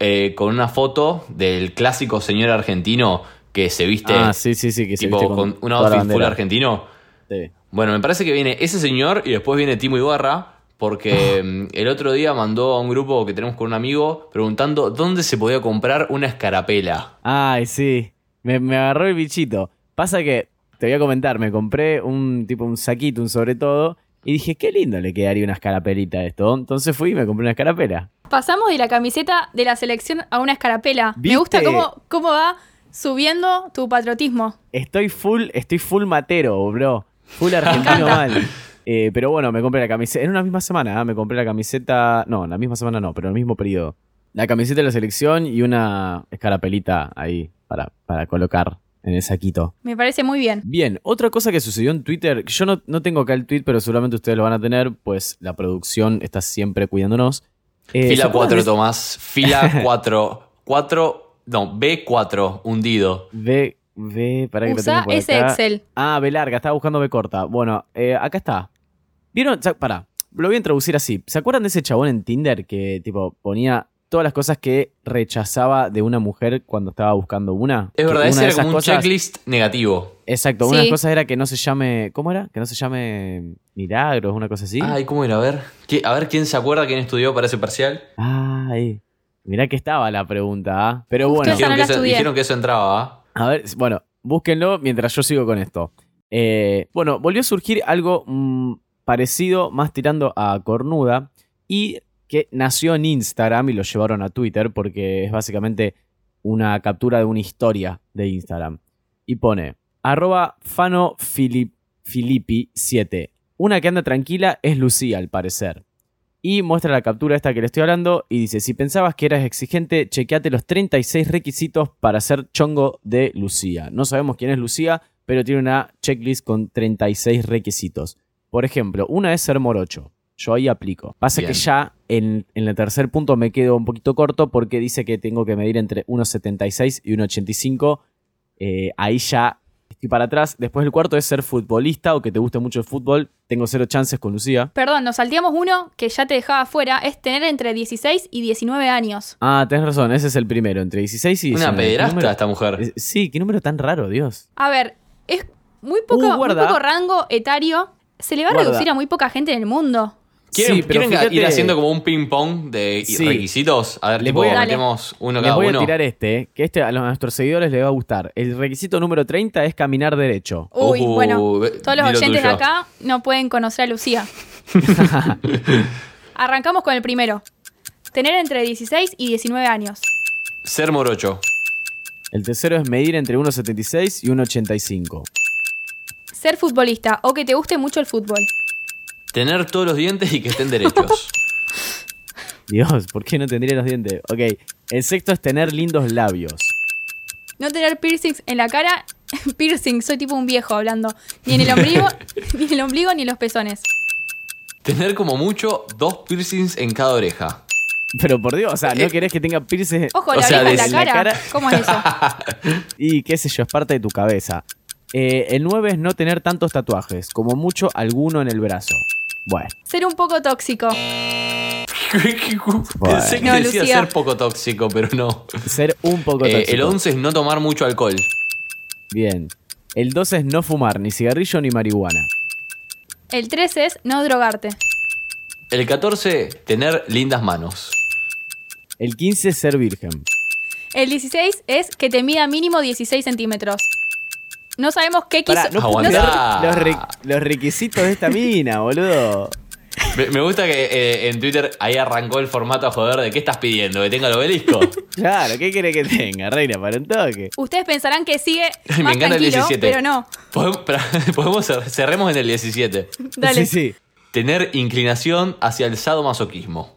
[SPEAKER 2] eh, con una foto del clásico señor argentino que se viste,
[SPEAKER 4] Ah, sí, sí, sí. Que se
[SPEAKER 2] tipo,
[SPEAKER 4] viste
[SPEAKER 2] con, un
[SPEAKER 4] toda la
[SPEAKER 2] outfit full
[SPEAKER 4] bandera.
[SPEAKER 2] argentino.
[SPEAKER 4] Sí.
[SPEAKER 2] Bueno, me parece que viene ese señor y después viene Timo Ibarra, porque mm, el otro día mandó a un grupo que tenemos con un amigo preguntando dónde se podía comprar una escarapela.
[SPEAKER 4] Ay, sí. Me, me agarró el bichito. Pasa que, te voy a comentar, me compré un tipo un saquito, un sobre todo, y dije, qué lindo le quedaría una escarapelita a esto. Entonces fui y me compré una escarapela.
[SPEAKER 3] Pasamos de la camiseta de la selección a una escarapela.
[SPEAKER 4] ¿Viste?
[SPEAKER 3] Me gusta cómo, cómo va subiendo tu patriotismo.
[SPEAKER 4] Estoy full, estoy full matero, bro. Full argentino mal. Eh, pero bueno, me compré la camiseta. En una misma semana, ¿ah? me compré la camiseta. No, en la misma semana no, pero en el mismo periodo. La camiseta de la selección y una escarapelita ahí para, para colocar en el saquito.
[SPEAKER 3] Me parece muy bien.
[SPEAKER 4] Bien, otra cosa que sucedió en Twitter, que yo no, no tengo acá el tweet, pero seguramente ustedes lo van a tener, pues la producción está siempre cuidándonos. Eh, ¿se
[SPEAKER 2] fila 4,
[SPEAKER 4] acuerdan de-
[SPEAKER 2] Tomás. Fila 4. 4, no, B4, hundido.
[SPEAKER 4] B, B, para que lo
[SPEAKER 3] Usa
[SPEAKER 4] tengo por
[SPEAKER 3] ese
[SPEAKER 4] acá.
[SPEAKER 3] Excel.
[SPEAKER 4] Ah, B larga, estaba buscando B corta. Bueno, eh, acá está. ¿Vieron? Sa- Pará, lo voy a introducir así. ¿Se acuerdan de ese chabón en Tinder que, tipo, ponía todas las cosas que rechazaba de una mujer cuando estaba buscando una?
[SPEAKER 2] Es
[SPEAKER 4] Que
[SPEAKER 2] verdad,
[SPEAKER 4] una
[SPEAKER 2] ese
[SPEAKER 4] de
[SPEAKER 2] era
[SPEAKER 4] esas
[SPEAKER 2] como un
[SPEAKER 4] cosas-
[SPEAKER 2] checklist negativo.
[SPEAKER 4] Exacto, una de
[SPEAKER 3] Sí.
[SPEAKER 4] las cosas era que no se llame. ¿Cómo era? Que no se llame Milagros, una cosa así.
[SPEAKER 2] Ay, ¿cómo era? A ver. ¿Qué- A ver quién se acuerda, quién estudió para ese parcial.
[SPEAKER 4] Ay, mirá que estaba la pregunta, ¿ah? Pero bueno,
[SPEAKER 3] Justo-
[SPEAKER 2] Dijeron,
[SPEAKER 3] no
[SPEAKER 2] que
[SPEAKER 3] la
[SPEAKER 2] eso,
[SPEAKER 3] estudié.
[SPEAKER 2] dijeron que eso entraba, ¿ah?
[SPEAKER 4] a ver, bueno, búsquenlo mientras yo sigo con esto. Eh, bueno, volvió a surgir algo mm, parecido, más tirando a cornuda, y que nació en Instagram y lo llevaron a Twitter porque es básicamente una captura de una historia de Instagram. Y pone, arroba Fano Filip- Filippi 7. Una que anda tranquila es Lucía, al parecer. Y muestra la captura esta que le estoy hablando y dice, si pensabas que eras exigente, chequeate los 36 requisitos para ser chongo de Lucía. No sabemos quién es Lucía, pero tiene una checklist con 36 requisitos. Por ejemplo, una es ser morocho. Yo ahí aplico. Pasa
[SPEAKER 2] Bien.
[SPEAKER 4] que ya en, en el tercer punto me quedo un poquito corto porque dice que tengo que medir entre 1,76 y 1,85. Eh, ahí ya estoy para atrás. Después el cuarto es ser futbolista o que te guste mucho el fútbol. Tengo cero chances con Lucía.
[SPEAKER 3] Perdón, nos salteamos uno que ya te dejaba fuera, es tener entre 16 y 19 años.
[SPEAKER 4] Ah, tenés razón, ese es el primero, entre 16 y
[SPEAKER 2] Una
[SPEAKER 4] 19. ¿Qué
[SPEAKER 2] pederasta
[SPEAKER 4] número?
[SPEAKER 2] esta mujer.
[SPEAKER 4] Eh, Sí, qué número tan raro, Dios.
[SPEAKER 3] A ver, es muy poco,
[SPEAKER 4] Uh,
[SPEAKER 3] muy
[SPEAKER 4] guarda.
[SPEAKER 3] poco rango etario. Se le va a
[SPEAKER 4] Guarda.
[SPEAKER 3] reducir a muy poca gente en el mundo.
[SPEAKER 2] ¿Quieren,
[SPEAKER 4] sí, pero
[SPEAKER 2] quieren
[SPEAKER 4] fíjate-
[SPEAKER 2] ir haciendo como un ping-pong de i-
[SPEAKER 4] Sí.
[SPEAKER 2] requisitos? A ver,
[SPEAKER 4] Les
[SPEAKER 2] tipo,
[SPEAKER 4] voy a-
[SPEAKER 2] metemos uno
[SPEAKER 4] Les
[SPEAKER 2] cada
[SPEAKER 4] voy
[SPEAKER 2] uno.
[SPEAKER 4] a tirar este, eh, que este a los- a nuestros seguidores les va a gustar. El requisito número 30 es caminar derecho.
[SPEAKER 3] Uy,
[SPEAKER 2] Uh,
[SPEAKER 3] bueno,
[SPEAKER 2] ve-
[SPEAKER 3] todos los
[SPEAKER 2] di lo
[SPEAKER 3] oyentes de
[SPEAKER 2] tuyo.
[SPEAKER 3] acá no pueden conocer a Lucía. Arrancamos con el primero. Tener entre 16 y 19 años.
[SPEAKER 2] Ser morocho.
[SPEAKER 4] El tercero es medir entre 1,76 y 1,85.
[SPEAKER 3] Ser futbolista o que te guste mucho el fútbol.
[SPEAKER 2] Tener todos los dientes y que estén derechos.
[SPEAKER 4] Dios, ¿por qué no tendría los dientes? Ok, El sexto es tener lindos labios.
[SPEAKER 3] No tener piercings en la cara. Piercing, soy tipo un viejo hablando. Ni en el ombligo, ni en el ombligo, ni en los pezones.
[SPEAKER 2] Tener como mucho dos piercings en cada oreja.
[SPEAKER 4] Pero por Dios, o sea, no querés que tenga piercing
[SPEAKER 3] Ojo,
[SPEAKER 2] Eh, O
[SPEAKER 3] la
[SPEAKER 2] sea,
[SPEAKER 3] oreja en
[SPEAKER 2] des-
[SPEAKER 3] la
[SPEAKER 4] en la
[SPEAKER 3] cara.
[SPEAKER 4] cara.
[SPEAKER 3] ¿Cómo es eso?
[SPEAKER 4] y qué sé yo, es parte de tu cabeza. Eh, el 9 es no tener tantos tatuajes, como mucho alguno en el brazo. Bueno,
[SPEAKER 3] Ser un poco tóxico.
[SPEAKER 2] Pensé que
[SPEAKER 3] No,
[SPEAKER 2] decía
[SPEAKER 3] Lucía.
[SPEAKER 2] ser poco tóxico, pero no.
[SPEAKER 4] ser un poco
[SPEAKER 2] Eh,
[SPEAKER 4] tóxico.
[SPEAKER 2] el 11 es no tomar mucho alcohol.
[SPEAKER 4] Bien. El 12 es no fumar, ni cigarrillo ni marihuana.
[SPEAKER 3] El 13 es no drogarte.
[SPEAKER 2] El 14, tener lindas manos.
[SPEAKER 4] El 15 es ser virgen.
[SPEAKER 3] El 16 es que te mida mínimo 16 centímetros. No sabemos qué quiso.
[SPEAKER 4] Pará, no puedo
[SPEAKER 3] no
[SPEAKER 4] creer
[SPEAKER 3] sé-
[SPEAKER 2] Aguantá.
[SPEAKER 4] los, re- los requisitos de esta mina, boludo.
[SPEAKER 2] Me, me gusta que eh, en Twitter ahí arrancó el formato a joder de qué estás pidiendo, que tenga el obelisco.
[SPEAKER 4] Claro, ¿qué quiere que tenga, reina? Para un toque.
[SPEAKER 3] Ustedes pensarán que sigue
[SPEAKER 2] me
[SPEAKER 3] más
[SPEAKER 2] encanta el
[SPEAKER 3] tranquilo,
[SPEAKER 2] 17.
[SPEAKER 3] pero no.
[SPEAKER 2] Podemos, pará, podemos cer- cerremos en el 17.
[SPEAKER 3] Dale.
[SPEAKER 4] Sí, sí.
[SPEAKER 2] Tener inclinación hacia el sadomasoquismo.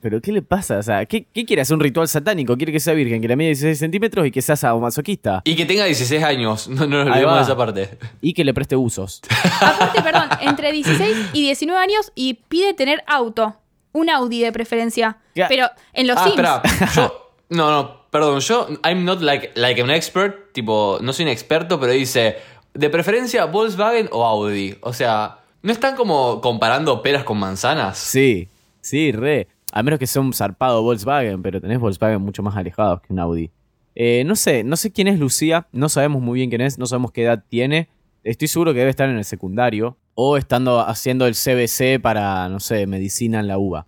[SPEAKER 4] Pero ¿qué le pasa? O sea, ¿qué, qué quiere hacer un ritual satánico? Quiere que sea virgen, que la mida 16 centímetros y que sea sadomasoquista.
[SPEAKER 2] Y que tenga 16 años. No, no nos
[SPEAKER 4] Ahí
[SPEAKER 2] olvidemos
[SPEAKER 4] va.
[SPEAKER 2] de esa parte.
[SPEAKER 4] Y que le preste usos.
[SPEAKER 3] Aparte, perdón, entre 16 y 19 años y pide tener auto. Un Audi de preferencia.
[SPEAKER 4] Ya.
[SPEAKER 3] Pero en los
[SPEAKER 2] ah,
[SPEAKER 3] Sims.
[SPEAKER 2] espera. Yo. No, no, perdón. Yo. I'm not like, like an expert. Tipo, no soy un experto, pero dice. De preferencia, Volkswagen o Audi. O sea, ¿no están como comparando peras con manzanas?
[SPEAKER 4] Sí, sí, re. A menos que sea un zarpado Volkswagen, pero tenés Volkswagen mucho más alejados que un Audi. Eh, no sé, no sé quién es Lucía, no sabemos muy bien quién es, no sabemos qué edad tiene. Estoy seguro que debe estar en el secundario o estando haciendo el CBC para, no sé, medicina en la UBA.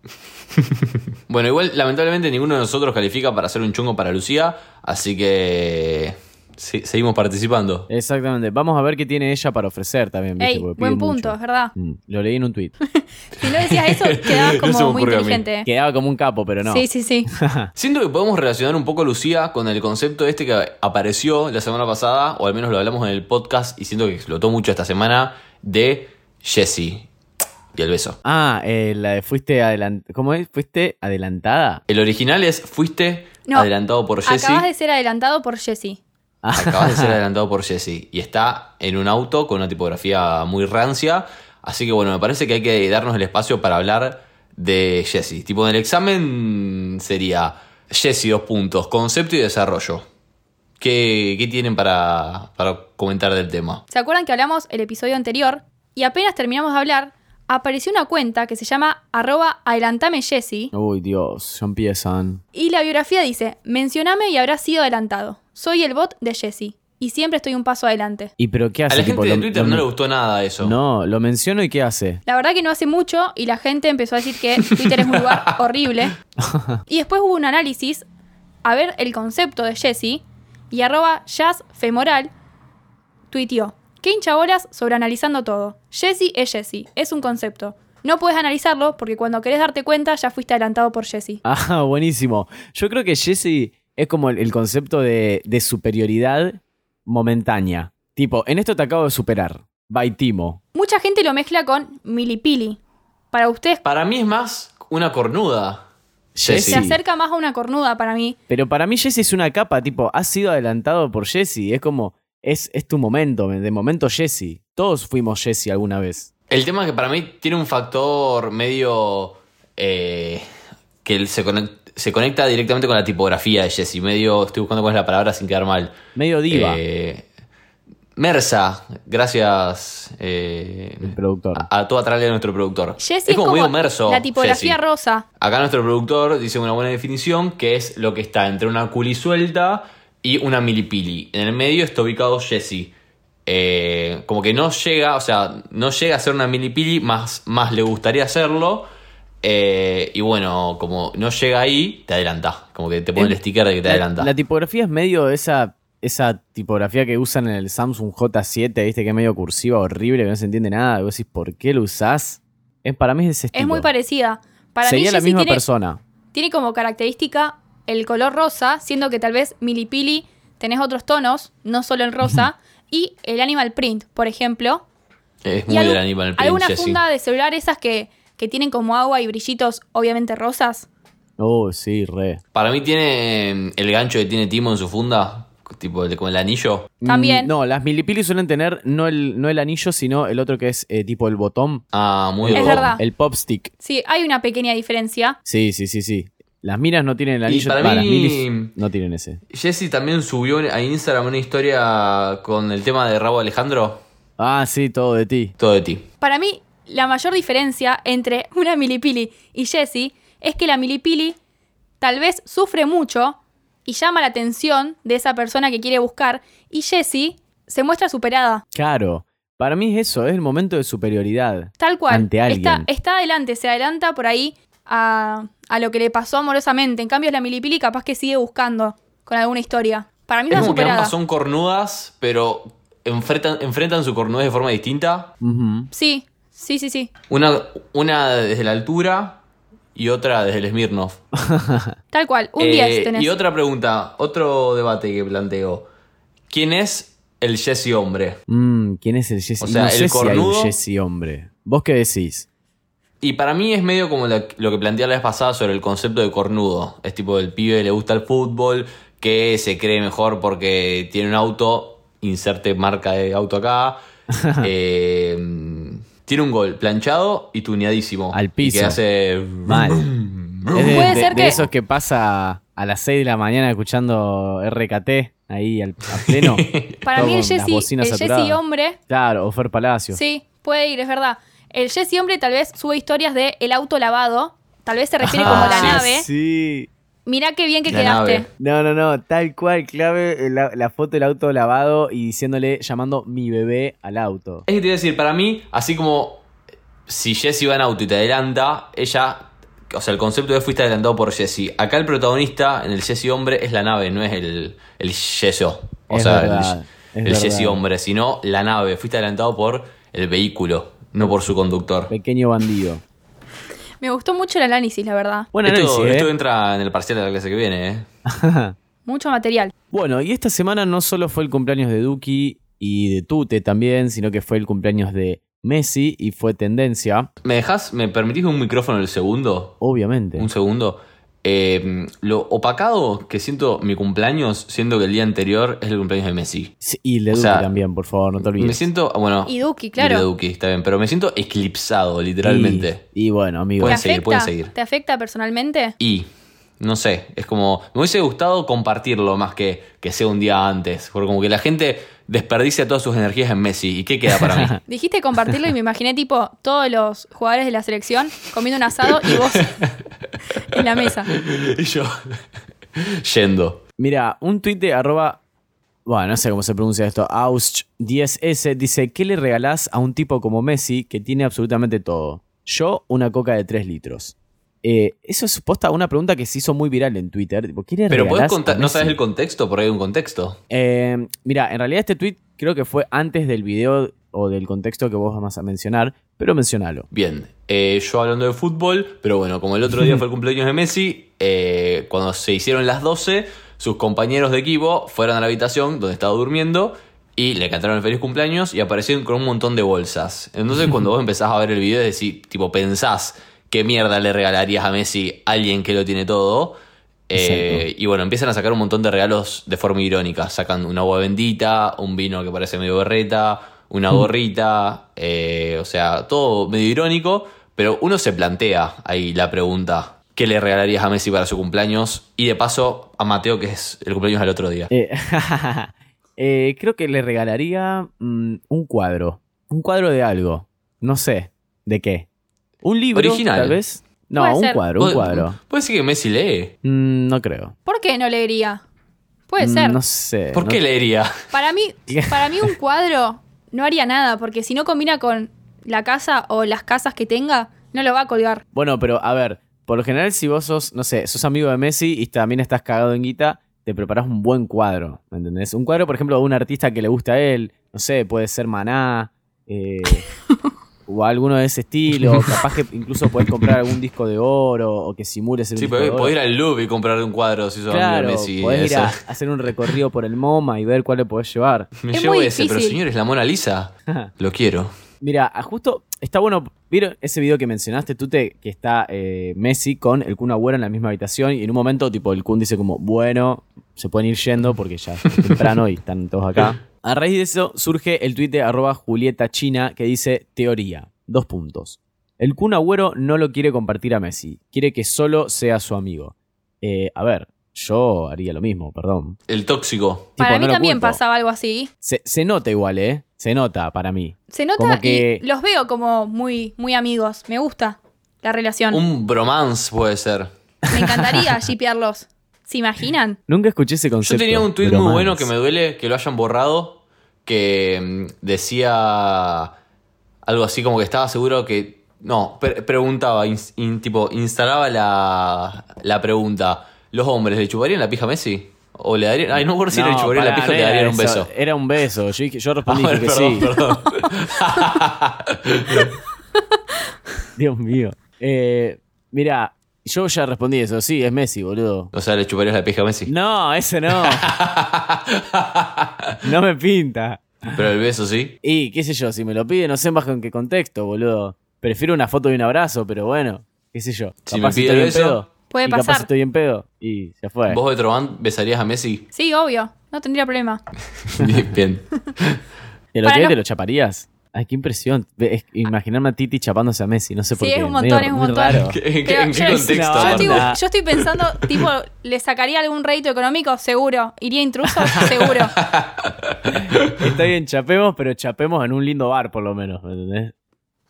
[SPEAKER 2] Bueno, igual, lamentablemente, ninguno de nosotros califica para hacer un chungo para Lucía. Así que. sí, seguimos participando.
[SPEAKER 4] Exactamente, vamos a ver qué tiene ella para ofrecer también. ¿viste?
[SPEAKER 3] Ey,
[SPEAKER 4] Porque pide
[SPEAKER 3] buen punto,
[SPEAKER 4] mucho.
[SPEAKER 3] es verdad.
[SPEAKER 4] Mm, lo leí en un tweet.
[SPEAKER 3] Si no decías eso, quedabas
[SPEAKER 2] No se me
[SPEAKER 3] como muy
[SPEAKER 2] ocurrió a mí.
[SPEAKER 3] inteligente.
[SPEAKER 4] Quedaba como un capo, pero no.
[SPEAKER 3] Eh. Sí, sí, sí.
[SPEAKER 2] Siento que podemos relacionar un poco a Lucía con el concepto este que apareció la semana pasada, o al menos lo hablamos en el podcast y siento que explotó mucho esta semana, de Jessie y el beso.
[SPEAKER 4] Ah, eh, la de fuiste adelantada. ¿Cómo es? ¿Fuiste adelantada?
[SPEAKER 2] El original es Fuiste
[SPEAKER 3] No.
[SPEAKER 2] adelantado por Jessie.
[SPEAKER 3] Acabas de ser adelantado por Jesse.
[SPEAKER 2] Acabas de ser adelantado por Jesse. Y está en un auto con una tipografía muy rancia. Así que bueno, me parece que hay que darnos el espacio para hablar de Jesse. Tipo, en el examen sería Jesse, dos puntos, concepto y desarrollo. ¿Qué, qué tienen para, para comentar del tema?
[SPEAKER 3] ¿Se acuerdan que hablamos el episodio anterior? Y apenas terminamos de hablar, apareció una cuenta que se llama arroba adelantame Jesse.
[SPEAKER 4] Uy, Dios, ya empiezan.
[SPEAKER 3] Y la biografía dice, mencioname y habrás sido adelantado. Soy el bot de Jesse. Y siempre estoy un paso adelante.
[SPEAKER 4] ¿Y pero qué hace?
[SPEAKER 2] A la
[SPEAKER 4] Tipo,
[SPEAKER 2] gente de
[SPEAKER 4] lo-
[SPEAKER 2] Twitter
[SPEAKER 4] lo-
[SPEAKER 2] no le gustó nada eso.
[SPEAKER 4] No, lo menciono y ¿qué hace?
[SPEAKER 3] La verdad que no hace mucho y la gente empezó a decir que Twitter es un lugar horrible. Y después hubo un análisis a ver el concepto de Jesse y arroba jazzfemoral tuiteó. ¿Qué hinchabolas sobreanalizando todo? Jesse es Jesse, es un concepto. No puedes analizarlo porque cuando querés darte cuenta ya fuiste adelantado por Jesse.
[SPEAKER 4] Ah, buenísimo. Yo creo que Jesse es como el, el concepto de, de superioridad momentánea. Tipo, en esto te acabo de superar. By Timo.
[SPEAKER 3] Mucha gente lo mezcla con milipili. Para ustedes
[SPEAKER 2] Para mí es más una cornuda.
[SPEAKER 4] Jessie.
[SPEAKER 3] se
[SPEAKER 4] Sí.
[SPEAKER 2] Jesse.
[SPEAKER 3] acerca más a una cornuda para mí.
[SPEAKER 4] Pero para mí Jesse es una capa, tipo, has sido adelantado por Jesse. Es como, es, es tu momento, de momento Jesse. Todos fuimos Jesse alguna vez.
[SPEAKER 2] El tema es que para mí tiene un factor medio eh, que él se, conec- se conecta directamente con la tipografía de Jesse. Medio, estoy buscando cuál es la palabra sin quedar mal.
[SPEAKER 4] Medio diva,
[SPEAKER 2] Eh, Mersa, gracias eh,
[SPEAKER 4] el productor.
[SPEAKER 2] a, a todo atrás de nuestro productor.
[SPEAKER 3] Jesse es como,
[SPEAKER 2] medio merso.
[SPEAKER 3] la tipografía
[SPEAKER 2] Jesse.
[SPEAKER 3] rosa.
[SPEAKER 2] Acá nuestro productor dice una buena definición que es lo que está entre una culisuelta y una milipili. En el medio está ubicado Jesse. Eh, como que no llega, o sea, no llega a ser una milipili, más, más le gustaría hacerlo. Eh, y bueno, como no llega ahí, te adelanta. Como que te
[SPEAKER 3] Eh,
[SPEAKER 2] pone el sticker de que te
[SPEAKER 4] La-
[SPEAKER 2] adelanta.
[SPEAKER 4] La tipografía es medio esa, esa tipografía que usan en el Samsung J7, viste que es medio cursiva, horrible, que no se entiende nada. Y vos decís, ¿por qué lo usás? Es, para mí es ese
[SPEAKER 3] Es
[SPEAKER 4] estilo.
[SPEAKER 3] muy parecida. Para
[SPEAKER 4] Sería
[SPEAKER 3] mí,
[SPEAKER 4] la
[SPEAKER 3] Jessie
[SPEAKER 4] misma
[SPEAKER 3] tiene,
[SPEAKER 4] persona.
[SPEAKER 3] tiene como característica el color rosa, siendo que tal vez Milipili tenés otros tonos, no solo el rosa, y el animal print, por ejemplo.
[SPEAKER 2] es
[SPEAKER 3] y
[SPEAKER 2] muy
[SPEAKER 3] algún-
[SPEAKER 2] del Animal Print,
[SPEAKER 3] alguna
[SPEAKER 2] Jesse.
[SPEAKER 3] funda de celular esas que, que tienen como agua y brillitos, obviamente rosas.
[SPEAKER 4] Oh, sí, re.
[SPEAKER 2] Para mí tiene eh, el gancho que tiene Timo en su funda, tipo el- con el anillo.
[SPEAKER 3] También.
[SPEAKER 4] Mm, no, las milipilis suelen tener no el, no el anillo, sino el otro que es eh, tipo el botón.
[SPEAKER 2] Ah, muy
[SPEAKER 3] Es
[SPEAKER 2] bueno.
[SPEAKER 3] verdad.
[SPEAKER 4] El pop stick.
[SPEAKER 3] Sí, hay una pequeña diferencia.
[SPEAKER 4] Sí, sí, sí, sí. Las minas no tienen el
[SPEAKER 2] Y
[SPEAKER 4] anillo.
[SPEAKER 2] para
[SPEAKER 4] va,
[SPEAKER 2] mí-
[SPEAKER 4] las milis no tienen ese.
[SPEAKER 2] Jesse también subió a Instagram una historia con el tema de Rabo Alejandro.
[SPEAKER 4] Ah, sí, todo de ti.
[SPEAKER 2] Todo de ti.
[SPEAKER 3] Para mí, la mayor diferencia entre una milipili y Jessie es que la milipili tal vez sufre mucho y llama la atención de esa persona que quiere buscar y Jessie se muestra superada.
[SPEAKER 4] Claro. Para mí es eso, es el momento de superioridad.
[SPEAKER 3] Tal cual.
[SPEAKER 4] Ante alguien.
[SPEAKER 3] Está, está adelante, se adelanta por ahí a, a lo que le pasó amorosamente. En cambio, la milipili capaz que sigue buscando con alguna historia. Para mí
[SPEAKER 2] Es
[SPEAKER 3] no es
[SPEAKER 2] como que
[SPEAKER 3] superada.
[SPEAKER 2] ambas son cornudas, pero enfrentan, enfrentan su cornudez de forma distinta.
[SPEAKER 4] Ujú.
[SPEAKER 3] Sí, sí, sí, sí.
[SPEAKER 2] Una, una desde la altura y otra desde el Smirnov.
[SPEAKER 3] Tal cual. Un
[SPEAKER 2] Eh,
[SPEAKER 3] 10 tenés.
[SPEAKER 2] Y otra pregunta, otro debate que planteo. ¿Quién es el Jesse hombre?
[SPEAKER 4] Mm, ¿Quién es el Jesse?
[SPEAKER 2] O sea,
[SPEAKER 4] no
[SPEAKER 2] el
[SPEAKER 4] sé si hay un
[SPEAKER 2] cornudo-
[SPEAKER 4] Jesse hombre. ¿Vos qué decís?
[SPEAKER 2] Y para mí es medio como la- lo que planteé la vez pasada sobre el concepto de cornudo. Es tipo el pibe que le gusta el fútbol, que se cree mejor porque tiene un auto, inserte marca de auto acá. eh, tiene un gol planchado y tuneadísimo.
[SPEAKER 4] Al piso.
[SPEAKER 2] Y que hace...
[SPEAKER 4] Mal. Es de,
[SPEAKER 3] Puede
[SPEAKER 4] de-
[SPEAKER 3] ser
[SPEAKER 4] de
[SPEAKER 3] que-
[SPEAKER 4] esos que pasa a las 6 de la mañana escuchando RKT ahí al, a pleno.
[SPEAKER 3] Para mí el
[SPEAKER 4] Todo con las
[SPEAKER 3] Jesse, el
[SPEAKER 4] bocinas
[SPEAKER 3] Jesse
[SPEAKER 4] saturadas.
[SPEAKER 3] hombre,
[SPEAKER 4] Claro, o Fer Palacio.
[SPEAKER 3] sí, puede ir, es verdad. El Jesse hombre tal vez sube historias de el auto lavado, tal vez se refiere
[SPEAKER 2] Ah,
[SPEAKER 3] como la
[SPEAKER 2] sí,
[SPEAKER 3] nave.
[SPEAKER 4] Sí.
[SPEAKER 3] Mirá qué bien que
[SPEAKER 2] La
[SPEAKER 3] quedaste.
[SPEAKER 2] nave.
[SPEAKER 4] No, no, no, tal cual, clave eh, la, la foto del auto lavado y diciéndole, llamando mi bebé al auto.
[SPEAKER 2] Es que te iba a decir, para mí, así como si Jesse va en auto y te adelanta, ella. O sea, el concepto de fuiste adelantado por Jesse. Acá el protagonista, en el Jesse hombre, es la nave, no es el, el yeso. O
[SPEAKER 4] Es
[SPEAKER 2] sea,
[SPEAKER 4] verdad,
[SPEAKER 2] el,
[SPEAKER 4] es
[SPEAKER 2] el Jesse
[SPEAKER 4] verdad.
[SPEAKER 2] hombre, sino la nave. Fuiste adelantado por el vehículo, no por su conductor.
[SPEAKER 4] Pequeño bandido.
[SPEAKER 3] Me gustó mucho el análisis, la verdad.
[SPEAKER 4] Bueno,
[SPEAKER 2] esto,
[SPEAKER 4] análisis, ¿eh?
[SPEAKER 2] esto entra en el parcial de la clase que viene, ¿eh?
[SPEAKER 3] Mucho material.
[SPEAKER 4] Bueno, y esta semana no solo fue el cumpleaños de Duki y de Tute también, sino que fue el cumpleaños de Messi y fue tendencia,
[SPEAKER 2] ¿Me dejas, me permitís un micrófono el segundo?
[SPEAKER 4] obviamente.
[SPEAKER 2] Un segundo. Eh, lo opacado que siento mi cumpleaños, siendo que el día anterior es el cumpleaños de Messi.
[SPEAKER 4] Sí, Y el de
[SPEAKER 2] O
[SPEAKER 4] Duki
[SPEAKER 2] sea,
[SPEAKER 4] también, por favor, no te olvides.
[SPEAKER 2] Me siento, ah, bueno.
[SPEAKER 3] Y Duki,
[SPEAKER 2] y de
[SPEAKER 3] claro.
[SPEAKER 2] Duki, está bien, pero me siento eclipsado, literalmente. Pues-
[SPEAKER 4] Y, y bueno, amigo.
[SPEAKER 3] ¿Te
[SPEAKER 2] Pueden seguir, pueden
[SPEAKER 3] afecta?
[SPEAKER 2] seguir.
[SPEAKER 3] ¿Te afecta personalmente?
[SPEAKER 2] Y, no sé, es como. Me hubiese gustado compartirlo más que que sea un día antes. Porque como que la gente desperdicia todas sus energías en Messi. ¿Y qué queda para mí?
[SPEAKER 3] Dijiste compartirlo y me imaginé tipo todos los jugadores de la selección comiendo un asado y vos en la mesa.
[SPEAKER 2] y yo. yendo.
[SPEAKER 4] Mira, un tuit de arroba. Bueno, no sé cómo se pronuncia esto. Ausch10S dice: ¿Qué le regalás a un tipo como Messi que tiene absolutamente todo? Yo, una coca de 3 litros. Eh, eso es posta una pregunta que se hizo muy viral en Twitter. tipo, ¿Qué le
[SPEAKER 2] Pero podés
[SPEAKER 4] regalás a
[SPEAKER 2] contar. No sabes
[SPEAKER 4] Messi?
[SPEAKER 2] el contexto, por ahí hay un contexto.
[SPEAKER 4] Eh, mira, en realidad este tweet creo que fue antes del video o del contexto que vos vas a mencionar, pero mencionalo.
[SPEAKER 2] Bien, eh, yo hablando de fútbol, pero bueno, como el otro día fue el cumpleaños de Messi, eh, cuando se hicieron las 12, sus compañeros de equipo fueron a la habitación donde estaba durmiendo y le cantaron el feliz cumpleaños y aparecieron con un montón de bolsas. Entonces cuando vos empezás a ver el video, decís, tipo, pensás qué mierda le regalarías a Messi a alguien que lo tiene todo. Eh, y bueno, empiezan a sacar un montón de regalos de forma irónica. Sacan una agua bendita, un vino que parece medio berreta, una gorrita, eh, o sea, todo medio irónico. Pero uno se plantea ahí la pregunta, ¿qué le regalarías a Messi para su cumpleaños? Y de paso a Mateo, que es el cumpleaños del otro día.
[SPEAKER 4] Eh, eh, creo que le regalaría mm, un cuadro. Un cuadro de algo. No sé. ¿De qué? ¿Un libro?
[SPEAKER 2] Original.
[SPEAKER 4] Tal vez. No,
[SPEAKER 3] Puede
[SPEAKER 4] un
[SPEAKER 3] ser.
[SPEAKER 4] cuadro, un
[SPEAKER 2] ¿Puede-
[SPEAKER 4] cuadro.
[SPEAKER 2] ¿Puede ser que Messi lee?
[SPEAKER 4] Mm, no creo.
[SPEAKER 3] ¿Por qué no leería? Puede
[SPEAKER 4] Mm,
[SPEAKER 3] ser.
[SPEAKER 4] No sé.
[SPEAKER 2] ¿Por
[SPEAKER 4] no-
[SPEAKER 2] qué leería?
[SPEAKER 3] Para mí, para mí un cuadro no haría nada, porque si no combina con la casa o las casas que tenga, no lo va a colgar.
[SPEAKER 4] Bueno, pero a ver, por lo general, si vos sos, no sé, sos amigo de Messi y también estás cagado en guita, te preparás un buen cuadro, ¿me entendés? Un cuadro, por ejemplo, de un artista que le gusta a él, no sé, puede ser Maná, eh, o alguno de ese estilo, capaz que incluso podés comprar algún disco de oro o que simule ser un
[SPEAKER 2] Sí,
[SPEAKER 4] disco de
[SPEAKER 2] podés,
[SPEAKER 4] oro.
[SPEAKER 2] podés ir al Louvre y comprar un cuadro si sos amigo de
[SPEAKER 4] Claro,
[SPEAKER 2] Messi.
[SPEAKER 4] podés ir
[SPEAKER 2] Eso.
[SPEAKER 4] a hacer un recorrido por el MoMA y ver cuál le podés llevar.
[SPEAKER 2] Me
[SPEAKER 3] Es
[SPEAKER 2] llevo
[SPEAKER 3] muy
[SPEAKER 2] ese, pero
[SPEAKER 3] difícil.
[SPEAKER 2] señores, la Mona Lisa, lo quiero.
[SPEAKER 4] Mira, a- justo está bueno. ¿Vieron ese video que mencionaste, Tute, que está eh, Messi con el Kun Agüero en la misma habitación? Y en un momento, tipo, el Kun dice como, bueno, se pueden ir yendo porque ya es temprano y están todos acá. A raíz de eso surge el tuit de arroba Julieta China que dice, teoría, dos puntos. El Kun Agüero no lo quiere compartir a Messi, quiere que solo sea su amigo. Eh, a ver, yo haría lo mismo, perdón.
[SPEAKER 2] El tóxico.
[SPEAKER 3] Para
[SPEAKER 4] Tipo,
[SPEAKER 3] mí
[SPEAKER 4] no lo
[SPEAKER 3] también
[SPEAKER 4] oculto.
[SPEAKER 3] pasaba algo así.
[SPEAKER 4] Se, se nota igual, ¿eh? Se nota para mí.
[SPEAKER 3] Se nota
[SPEAKER 4] Como que-
[SPEAKER 3] y los veo como muy, muy amigos. Me gusta la relación.
[SPEAKER 2] Un bromance puede ser.
[SPEAKER 3] Me encantaría shipearlos. ¿Se imaginan?
[SPEAKER 4] Nunca escuché ese concepto.
[SPEAKER 2] Yo tenía un tweet
[SPEAKER 4] pero
[SPEAKER 2] muy
[SPEAKER 4] más.
[SPEAKER 2] bueno que me duele que lo hayan borrado, que mm, decía algo así como que estaba seguro que... No, pre- preguntaba, ins- in- tipo, instalaba la, la pregunta, ¿los hombres le chuparían la pija a Messi? ¿O le darían... Ay, no me acuerdo si le
[SPEAKER 4] No,
[SPEAKER 2] chuparían la
[SPEAKER 4] pará,
[SPEAKER 2] pija o
[SPEAKER 4] no
[SPEAKER 2] le
[SPEAKER 4] era
[SPEAKER 2] darían un
[SPEAKER 4] eso.
[SPEAKER 2] beso.
[SPEAKER 4] Era un beso. Yo, dije- yo
[SPEAKER 2] Ah,
[SPEAKER 4] respondí dije que
[SPEAKER 2] perdón,
[SPEAKER 4] sí.
[SPEAKER 2] perdón.
[SPEAKER 4] Dios mío. Eh, mira, yo ya respondí eso. Sí, es Messi, boludo.
[SPEAKER 2] O sea, ¿le chuparías la pija a Messi?
[SPEAKER 4] No, ese no. no me pinta.
[SPEAKER 2] Pero el beso sí.
[SPEAKER 4] Y qué sé yo, si me lo piden, no sé bajo en qué contexto, boludo. Prefiero una foto y un abrazo, pero bueno, qué sé yo.
[SPEAKER 2] Si me pide
[SPEAKER 4] estoy
[SPEAKER 2] eso,
[SPEAKER 4] en pedo.
[SPEAKER 3] puede
[SPEAKER 4] y capaz
[SPEAKER 3] pasar.
[SPEAKER 4] estoy en pedo. Y ya fue.
[SPEAKER 2] ¿Vos, Betroban, besarías a Messi?
[SPEAKER 3] Sí, obvio. No tendría problema.
[SPEAKER 2] Bien.
[SPEAKER 4] ¿Te lo
[SPEAKER 3] Para
[SPEAKER 4] querés,
[SPEAKER 3] no-
[SPEAKER 4] te lo chaparías? Ay, qué impresión. Ve- es- imaginarme a Titi chapándose a Messi, no sé por
[SPEAKER 3] Sí,
[SPEAKER 4] qué.
[SPEAKER 3] es un
[SPEAKER 4] medio-
[SPEAKER 3] montón, es un
[SPEAKER 4] muy
[SPEAKER 3] montón.
[SPEAKER 4] raro.
[SPEAKER 2] ¿Qué- ¿En qué,
[SPEAKER 3] Pero
[SPEAKER 2] en qué
[SPEAKER 3] yo-
[SPEAKER 2] contexto?
[SPEAKER 4] no,
[SPEAKER 3] Yo estoy,
[SPEAKER 2] banda?
[SPEAKER 4] Anda.
[SPEAKER 3] yo estoy pensando, tipo, ¿le sacaría algún rédito económico? Seguro. ¿Iría intruso? Seguro.
[SPEAKER 4] Está bien, chapemos, pero chapemos en un lindo bar, por lo menos, ¿me entendés?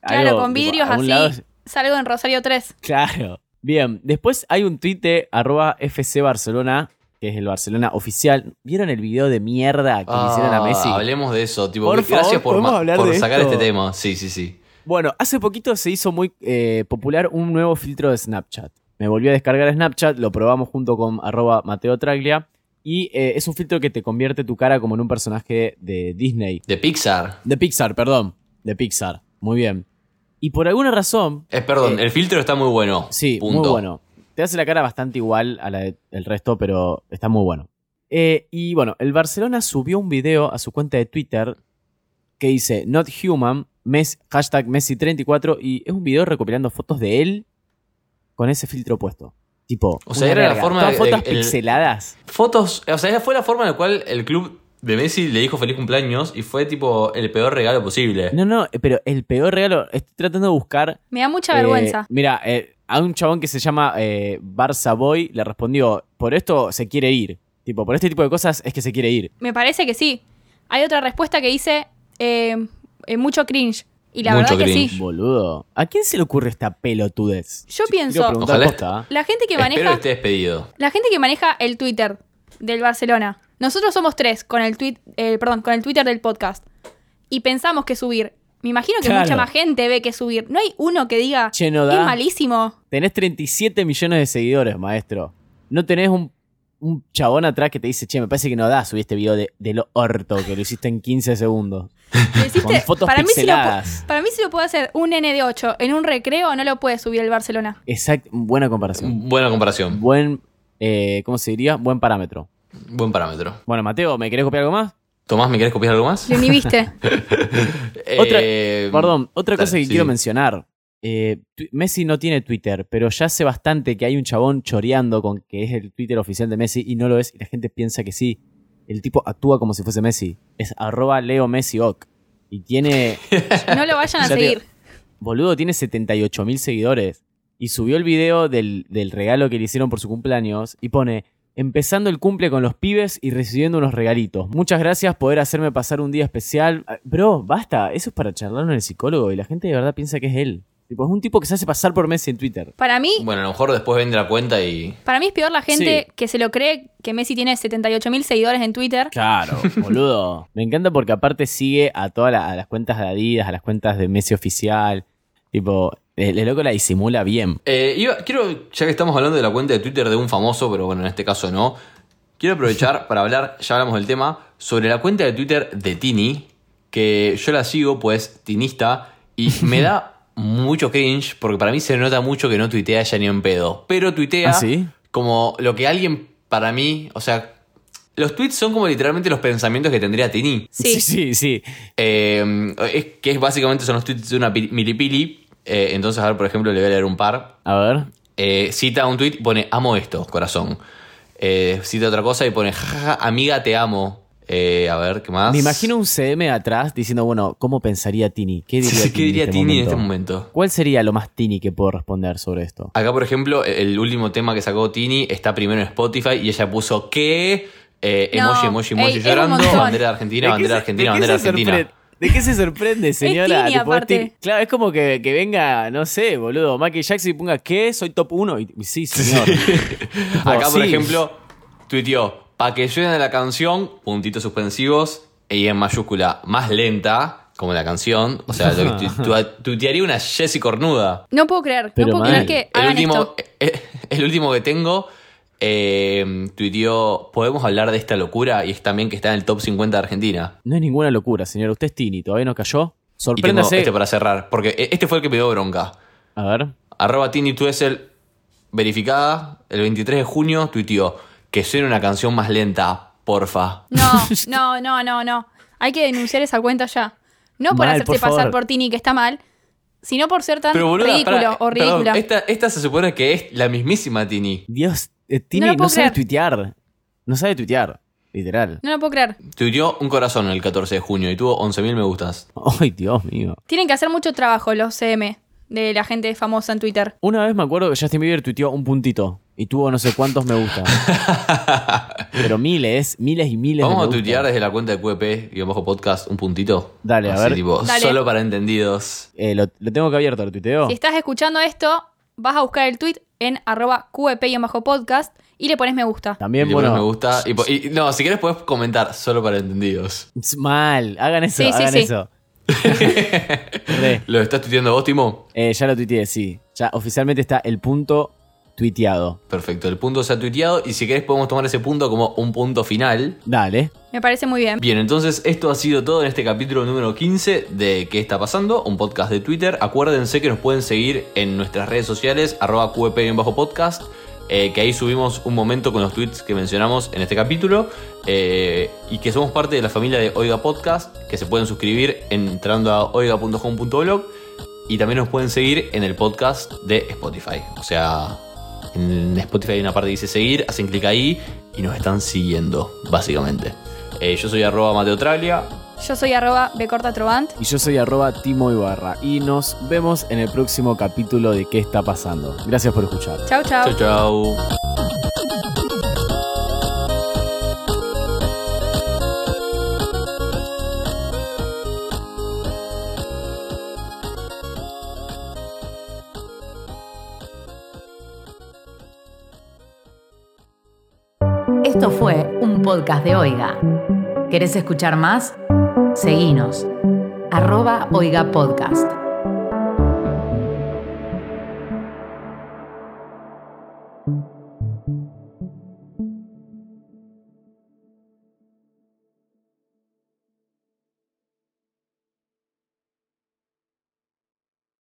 [SPEAKER 3] Claro,
[SPEAKER 4] Algo,
[SPEAKER 3] con
[SPEAKER 4] tipo,
[SPEAKER 3] vidrios
[SPEAKER 4] algún
[SPEAKER 3] así.
[SPEAKER 4] lado-
[SPEAKER 3] Salgo en Rosario 3.
[SPEAKER 4] Claro. Bien, después hay un tuit de arroba FC Barcelona, que es el Barcelona oficial. ¿Vieron el video de mierda que le hicieron a
[SPEAKER 2] Ah,
[SPEAKER 4] Messi?
[SPEAKER 2] Hablemos de eso, tipo,
[SPEAKER 4] Por
[SPEAKER 2] gracias
[SPEAKER 4] favor,
[SPEAKER 2] por,
[SPEAKER 4] ¿podemos
[SPEAKER 2] ma-
[SPEAKER 4] hablar
[SPEAKER 2] por
[SPEAKER 4] de
[SPEAKER 2] sacar
[SPEAKER 4] esto?
[SPEAKER 2] este tema. Sí, sí, sí.
[SPEAKER 4] Bueno, hace poquito se hizo muy eh, popular un nuevo filtro de Snapchat. Me volví a descargar Snapchat, lo probamos junto con arroba Mateo Traglia. Y eh, es un filtro que te convierte tu cara como en un personaje de Disney.
[SPEAKER 2] De Pixar.
[SPEAKER 4] De Pixar, perdón. De Pixar. Muy bien. Y por alguna razón,
[SPEAKER 2] Eh, perdón,
[SPEAKER 4] Eh,
[SPEAKER 2] el filtro está muy bueno.
[SPEAKER 4] Sí,
[SPEAKER 2] punto.
[SPEAKER 4] muy bueno. Te hace la cara bastante igual a la de- del resto, pero está muy bueno. Eh, y bueno, el Barcelona subió un video a su cuenta de Twitter que dice Not Human, Mes- hashtag Messi34, y es un video recopilando fotos de él con ese filtro puesto. Tipo,
[SPEAKER 2] O sea,
[SPEAKER 4] una
[SPEAKER 2] era la
[SPEAKER 4] verga.
[SPEAKER 2] forma
[SPEAKER 4] Todas
[SPEAKER 2] de-
[SPEAKER 4] fotos
[SPEAKER 2] de- el-
[SPEAKER 4] pixeladas.
[SPEAKER 2] Fotos, o sea, esa fue la forma en la cual el club de Messi le dijo feliz cumpleaños y fue tipo el peor regalo posible.
[SPEAKER 4] No, no, pero el peor regalo, estoy tratando de buscar eh,
[SPEAKER 3] Me da mucha vergüenza.
[SPEAKER 4] mira, a un chabón que se llama eh, Barça Boy le respondió, por esto se quiere ir. Tipo, por este tipo de cosas es que se quiere ir.
[SPEAKER 3] Me parece que sí. Hay otra respuesta que dice eh, eh, mucho cringe. Y la
[SPEAKER 2] Mucho
[SPEAKER 3] verdad que
[SPEAKER 2] cringe.
[SPEAKER 3] sí.
[SPEAKER 4] Boludo. ¿A quién se le ocurre esta pelotudez?
[SPEAKER 3] Yo
[SPEAKER 4] Si-
[SPEAKER 3] pienso-
[SPEAKER 4] quiero preguntar
[SPEAKER 2] Ojalá
[SPEAKER 4] posta, ¿eh?
[SPEAKER 3] La gente que
[SPEAKER 2] Espero que
[SPEAKER 3] maneja.
[SPEAKER 2] esté despedido.
[SPEAKER 3] La gente que maneja el Twitter del Barcelona. Nosotros somos tres con el tweet, eh, perdón, con el Twitter del podcast. Y pensamos que subir. Me imagino que
[SPEAKER 4] Claro.
[SPEAKER 3] mucha más gente ve que subir. No hay uno que diga
[SPEAKER 4] Che, no
[SPEAKER 3] es
[SPEAKER 4] da".
[SPEAKER 3] malísimo.
[SPEAKER 4] Tenés 37 millones de seguidores, maestro. No tenés un, un chabón atrás que te dice, che, me parece que no da subir este video de, de lo orto que lo hiciste en 15 segundos.
[SPEAKER 3] Lo hiciste-
[SPEAKER 4] Con fotos
[SPEAKER 3] para, mí si lo,
[SPEAKER 4] pixeladas.
[SPEAKER 3] pu- para mí si lo puede hacer un nene de 8 en un recreo, no lo puede subir el Barcelona.
[SPEAKER 4] Exacto. Buena comparación.
[SPEAKER 2] Buena comparación.
[SPEAKER 4] Buen, eh, ¿cómo se diría? Buen parámetro.
[SPEAKER 2] Buen parámetro.
[SPEAKER 4] Bueno, Mateo, ¿me querés copiar algo más?
[SPEAKER 2] Tomás, ¿me querés copiar algo más?
[SPEAKER 3] Lo inhibiste.
[SPEAKER 4] Otra-
[SPEAKER 2] Eh,
[SPEAKER 4] Perdón, otra cosa
[SPEAKER 2] dale,
[SPEAKER 4] que
[SPEAKER 2] sí,
[SPEAKER 4] quiero
[SPEAKER 2] sí.
[SPEAKER 4] mencionar. Eh, tu- Messi no tiene Twitter, pero ya hace bastante que hay un chabón choreando con que es el Twitter oficial de Messi y no lo es y la gente piensa que sí. El tipo actúa como si fuese Messi. Es arroba Leo Messi Oc. Y tiene,
[SPEAKER 3] No lo vayan a
[SPEAKER 4] Ya te-
[SPEAKER 3] seguir.
[SPEAKER 4] boludo, tiene 78 mil seguidores. Y subió el video del, del regalo que le hicieron por su cumpleaños y pone, empezando el cumple con los pibes y recibiendo unos regalitos. Muchas gracias poder hacerme pasar un día especial. Ah, Bro, basta, eso es para charlarlo en el psicólogo y la gente de verdad piensa que es él. Tipo, es un tipo que se hace pasar por Messi en Twitter.
[SPEAKER 3] Para mí,
[SPEAKER 2] Bueno, a lo mejor después vende la cuenta y.
[SPEAKER 3] para mí es peor la gente que se lo cree que Messi tiene 78 mil seguidores en Twitter.
[SPEAKER 4] Claro, boludo. Me encanta porque aparte sigue a todas la- a las cuentas de Adidas, a las cuentas de Messi oficial. Tipo, el, el loco la disimula bien.
[SPEAKER 2] Eh, iba- quiero, ya que estamos hablando de la cuenta de Twitter de un famoso, pero bueno, en este caso no, quiero aprovechar para hablar, ya hablamos del tema, sobre la cuenta de Twitter de Tini, que yo la sigo, pues, tinista, y me da mucho cringe, porque para mí se nota mucho que no tuitea ya ni en pedo, pero tuitea
[SPEAKER 4] ¿Ah, sí?
[SPEAKER 2] como lo que alguien para mí, o sea, Los tweets son como literalmente los pensamientos que tendría Tini.
[SPEAKER 3] Sí.
[SPEAKER 4] sí, sí. sí.
[SPEAKER 2] Eh, es que es básicamente son los tweets de una pi- milipili. Eh, entonces, a ver, por ejemplo, le voy a leer un par.
[SPEAKER 4] A ver.
[SPEAKER 2] Eh, cita un tweet y pone amo esto, corazón. Eh, cita otra cosa y pone jajaja, amiga, te amo. Eh, a ver, ¿qué más?
[SPEAKER 4] Me imagino un CM atrás diciendo, bueno, ¿cómo pensaría Tini? ¿Qué diría,
[SPEAKER 2] Sí, ¿Qué diría Tini en este momento?
[SPEAKER 4] ¿Cuál sería lo más Tini que puedo responder sobre esto?
[SPEAKER 2] Acá, por ejemplo, e-, el último tema que sacó Tini está primero en Spotify y ella puso que eh,
[SPEAKER 3] No,
[SPEAKER 2] emoji, emoji, emoji
[SPEAKER 3] ey, es un
[SPEAKER 2] llorando,
[SPEAKER 3] montón.
[SPEAKER 2] bandera de Argentina, bandera de Argentina, bandera de Argentina.
[SPEAKER 4] ¿De qué se sorprende, señora?
[SPEAKER 3] Tini,
[SPEAKER 4] Tipo, es
[SPEAKER 3] aparte.
[SPEAKER 4] Tini. Claro, es como que, que venga, no sé, boludo, Michael Jackson y ponga, ¿qué? Soy top 1. Y, sí, señor. Tipo,
[SPEAKER 2] Acá, por
[SPEAKER 4] sí.
[SPEAKER 2] ejemplo, tuiteó, pa' que suene la canción, puntitos suspensivos, y en mayúscula, más lenta, como la canción. O sea, lo que tu- tu- tuitearía una Jessie Cornuda.
[SPEAKER 3] No puedo creer,
[SPEAKER 4] Pero
[SPEAKER 3] no puedo creer
[SPEAKER 4] mal.
[SPEAKER 3] que
[SPEAKER 2] El
[SPEAKER 3] hagan
[SPEAKER 2] último,
[SPEAKER 3] esto.
[SPEAKER 2] eh, el último que tengo eh, tuiteó, podemos hablar de esta locura y es también que está en el top 50 de Argentina.
[SPEAKER 4] No es ninguna locura, señora. Usted es Tini, todavía no cayó.
[SPEAKER 2] Y tengo
[SPEAKER 4] Sorpréndase.
[SPEAKER 2] este para cerrar, porque eh, este fue el que me dio bronca.
[SPEAKER 4] A ver.
[SPEAKER 2] Arroba Tini Tuessel, verificada, el 23 de junio, tuiteó que suene una canción más lenta, porfa.
[SPEAKER 3] No, no, no, no, no. Hay que denunciar esa cuenta ya. No por
[SPEAKER 4] Mal,
[SPEAKER 3] hacerse
[SPEAKER 4] por favor.
[SPEAKER 3] pasar por Tini, que está mal, sino por ser tan
[SPEAKER 2] boluda,
[SPEAKER 3] ridículo
[SPEAKER 2] pará,
[SPEAKER 3] o
[SPEAKER 2] perdón,
[SPEAKER 3] ridícula.
[SPEAKER 4] este-
[SPEAKER 2] esta, esta se supone que es la mismísima Tini.
[SPEAKER 4] Dios, eh, Tini
[SPEAKER 3] lo
[SPEAKER 4] no,
[SPEAKER 3] puedo
[SPEAKER 4] sabe
[SPEAKER 3] creer.
[SPEAKER 4] tuitear. No sabe tuitear. Literal.
[SPEAKER 3] No lo puedo creer.
[SPEAKER 2] Tuiteó un corazón el 14 de junio y tuvo 11.000 me gustas.
[SPEAKER 4] Ay, Dios mío.
[SPEAKER 3] Tienen que hacer mucho trabajo los CM de la gente famosa en Twitter.
[SPEAKER 4] Una vez me acuerdo que Justin Bieber tuiteó un puntito y tuvo no sé cuántos me gusta. Pero miles, miles y miles de
[SPEAKER 2] Vamos
[SPEAKER 4] me
[SPEAKER 2] a
[SPEAKER 4] gusta.
[SPEAKER 2] tuitear desde la cuenta de QEP y bajo podcast un puntito.
[SPEAKER 4] Dale, a
[SPEAKER 2] Así,
[SPEAKER 4] ver.
[SPEAKER 2] tipo,
[SPEAKER 3] Dale.
[SPEAKER 2] Solo para entendidos.
[SPEAKER 4] Eh, lo, lo tengo que abierto, lo tuiteo.
[SPEAKER 3] Si estás escuchando esto, vas a buscar el tweet en arroba QEP y en bajo podcast y le pones me gusta.
[SPEAKER 2] Y
[SPEAKER 4] También,
[SPEAKER 2] le
[SPEAKER 4] bueno.
[SPEAKER 2] pones me gusta. Y, po- y- no, si quieres puedes comentar solo para entendidos.
[SPEAKER 4] es Mal, hagan eso,
[SPEAKER 3] Sí, sí,
[SPEAKER 4] hagan
[SPEAKER 3] sí.
[SPEAKER 4] eso. Re.
[SPEAKER 2] ¿Lo estás tuiteando vos, Timo?
[SPEAKER 4] Eh, ya lo tuiteé, sí. Ya oficialmente está el punto tuiteado.
[SPEAKER 2] Perfecto, el punto se ha tuiteado y si querés podemos tomar ese punto como un punto final.
[SPEAKER 4] Dale.
[SPEAKER 3] Me parece muy bien.
[SPEAKER 2] Bien, entonces esto ha sido todo en este capítulo número 15 de ¿Qué está pasando? Un podcast de Twitter. Acuérdense que nos pueden seguir en nuestras redes sociales, arroba qp-podcast, eh, que ahí subimos un momento con los tweets que mencionamos en este capítulo eh, y que somos parte de la familia de Oiga Podcast, que se pueden suscribir entrando a oiga.home.blog y también nos pueden seguir en el podcast de Spotify. O sea, en Spotify hay una parte que dice seguir, hacen clic ahí y nos están siguiendo, básicamente. Eh, yo soy arroba Mateo Traglia.
[SPEAKER 3] Yo soy arroba becortatrovant.
[SPEAKER 4] Y yo soy arroba Timo Ibarra. Y nos vemos en el próximo capítulo de ¿Qué está pasando? Gracias por escuchar.
[SPEAKER 3] Chau, chau.
[SPEAKER 2] Chau, chau.
[SPEAKER 1] Esto fue un podcast de Oiga. ¿Querés escuchar más? Seguinos. Arroba Oiga Podcast.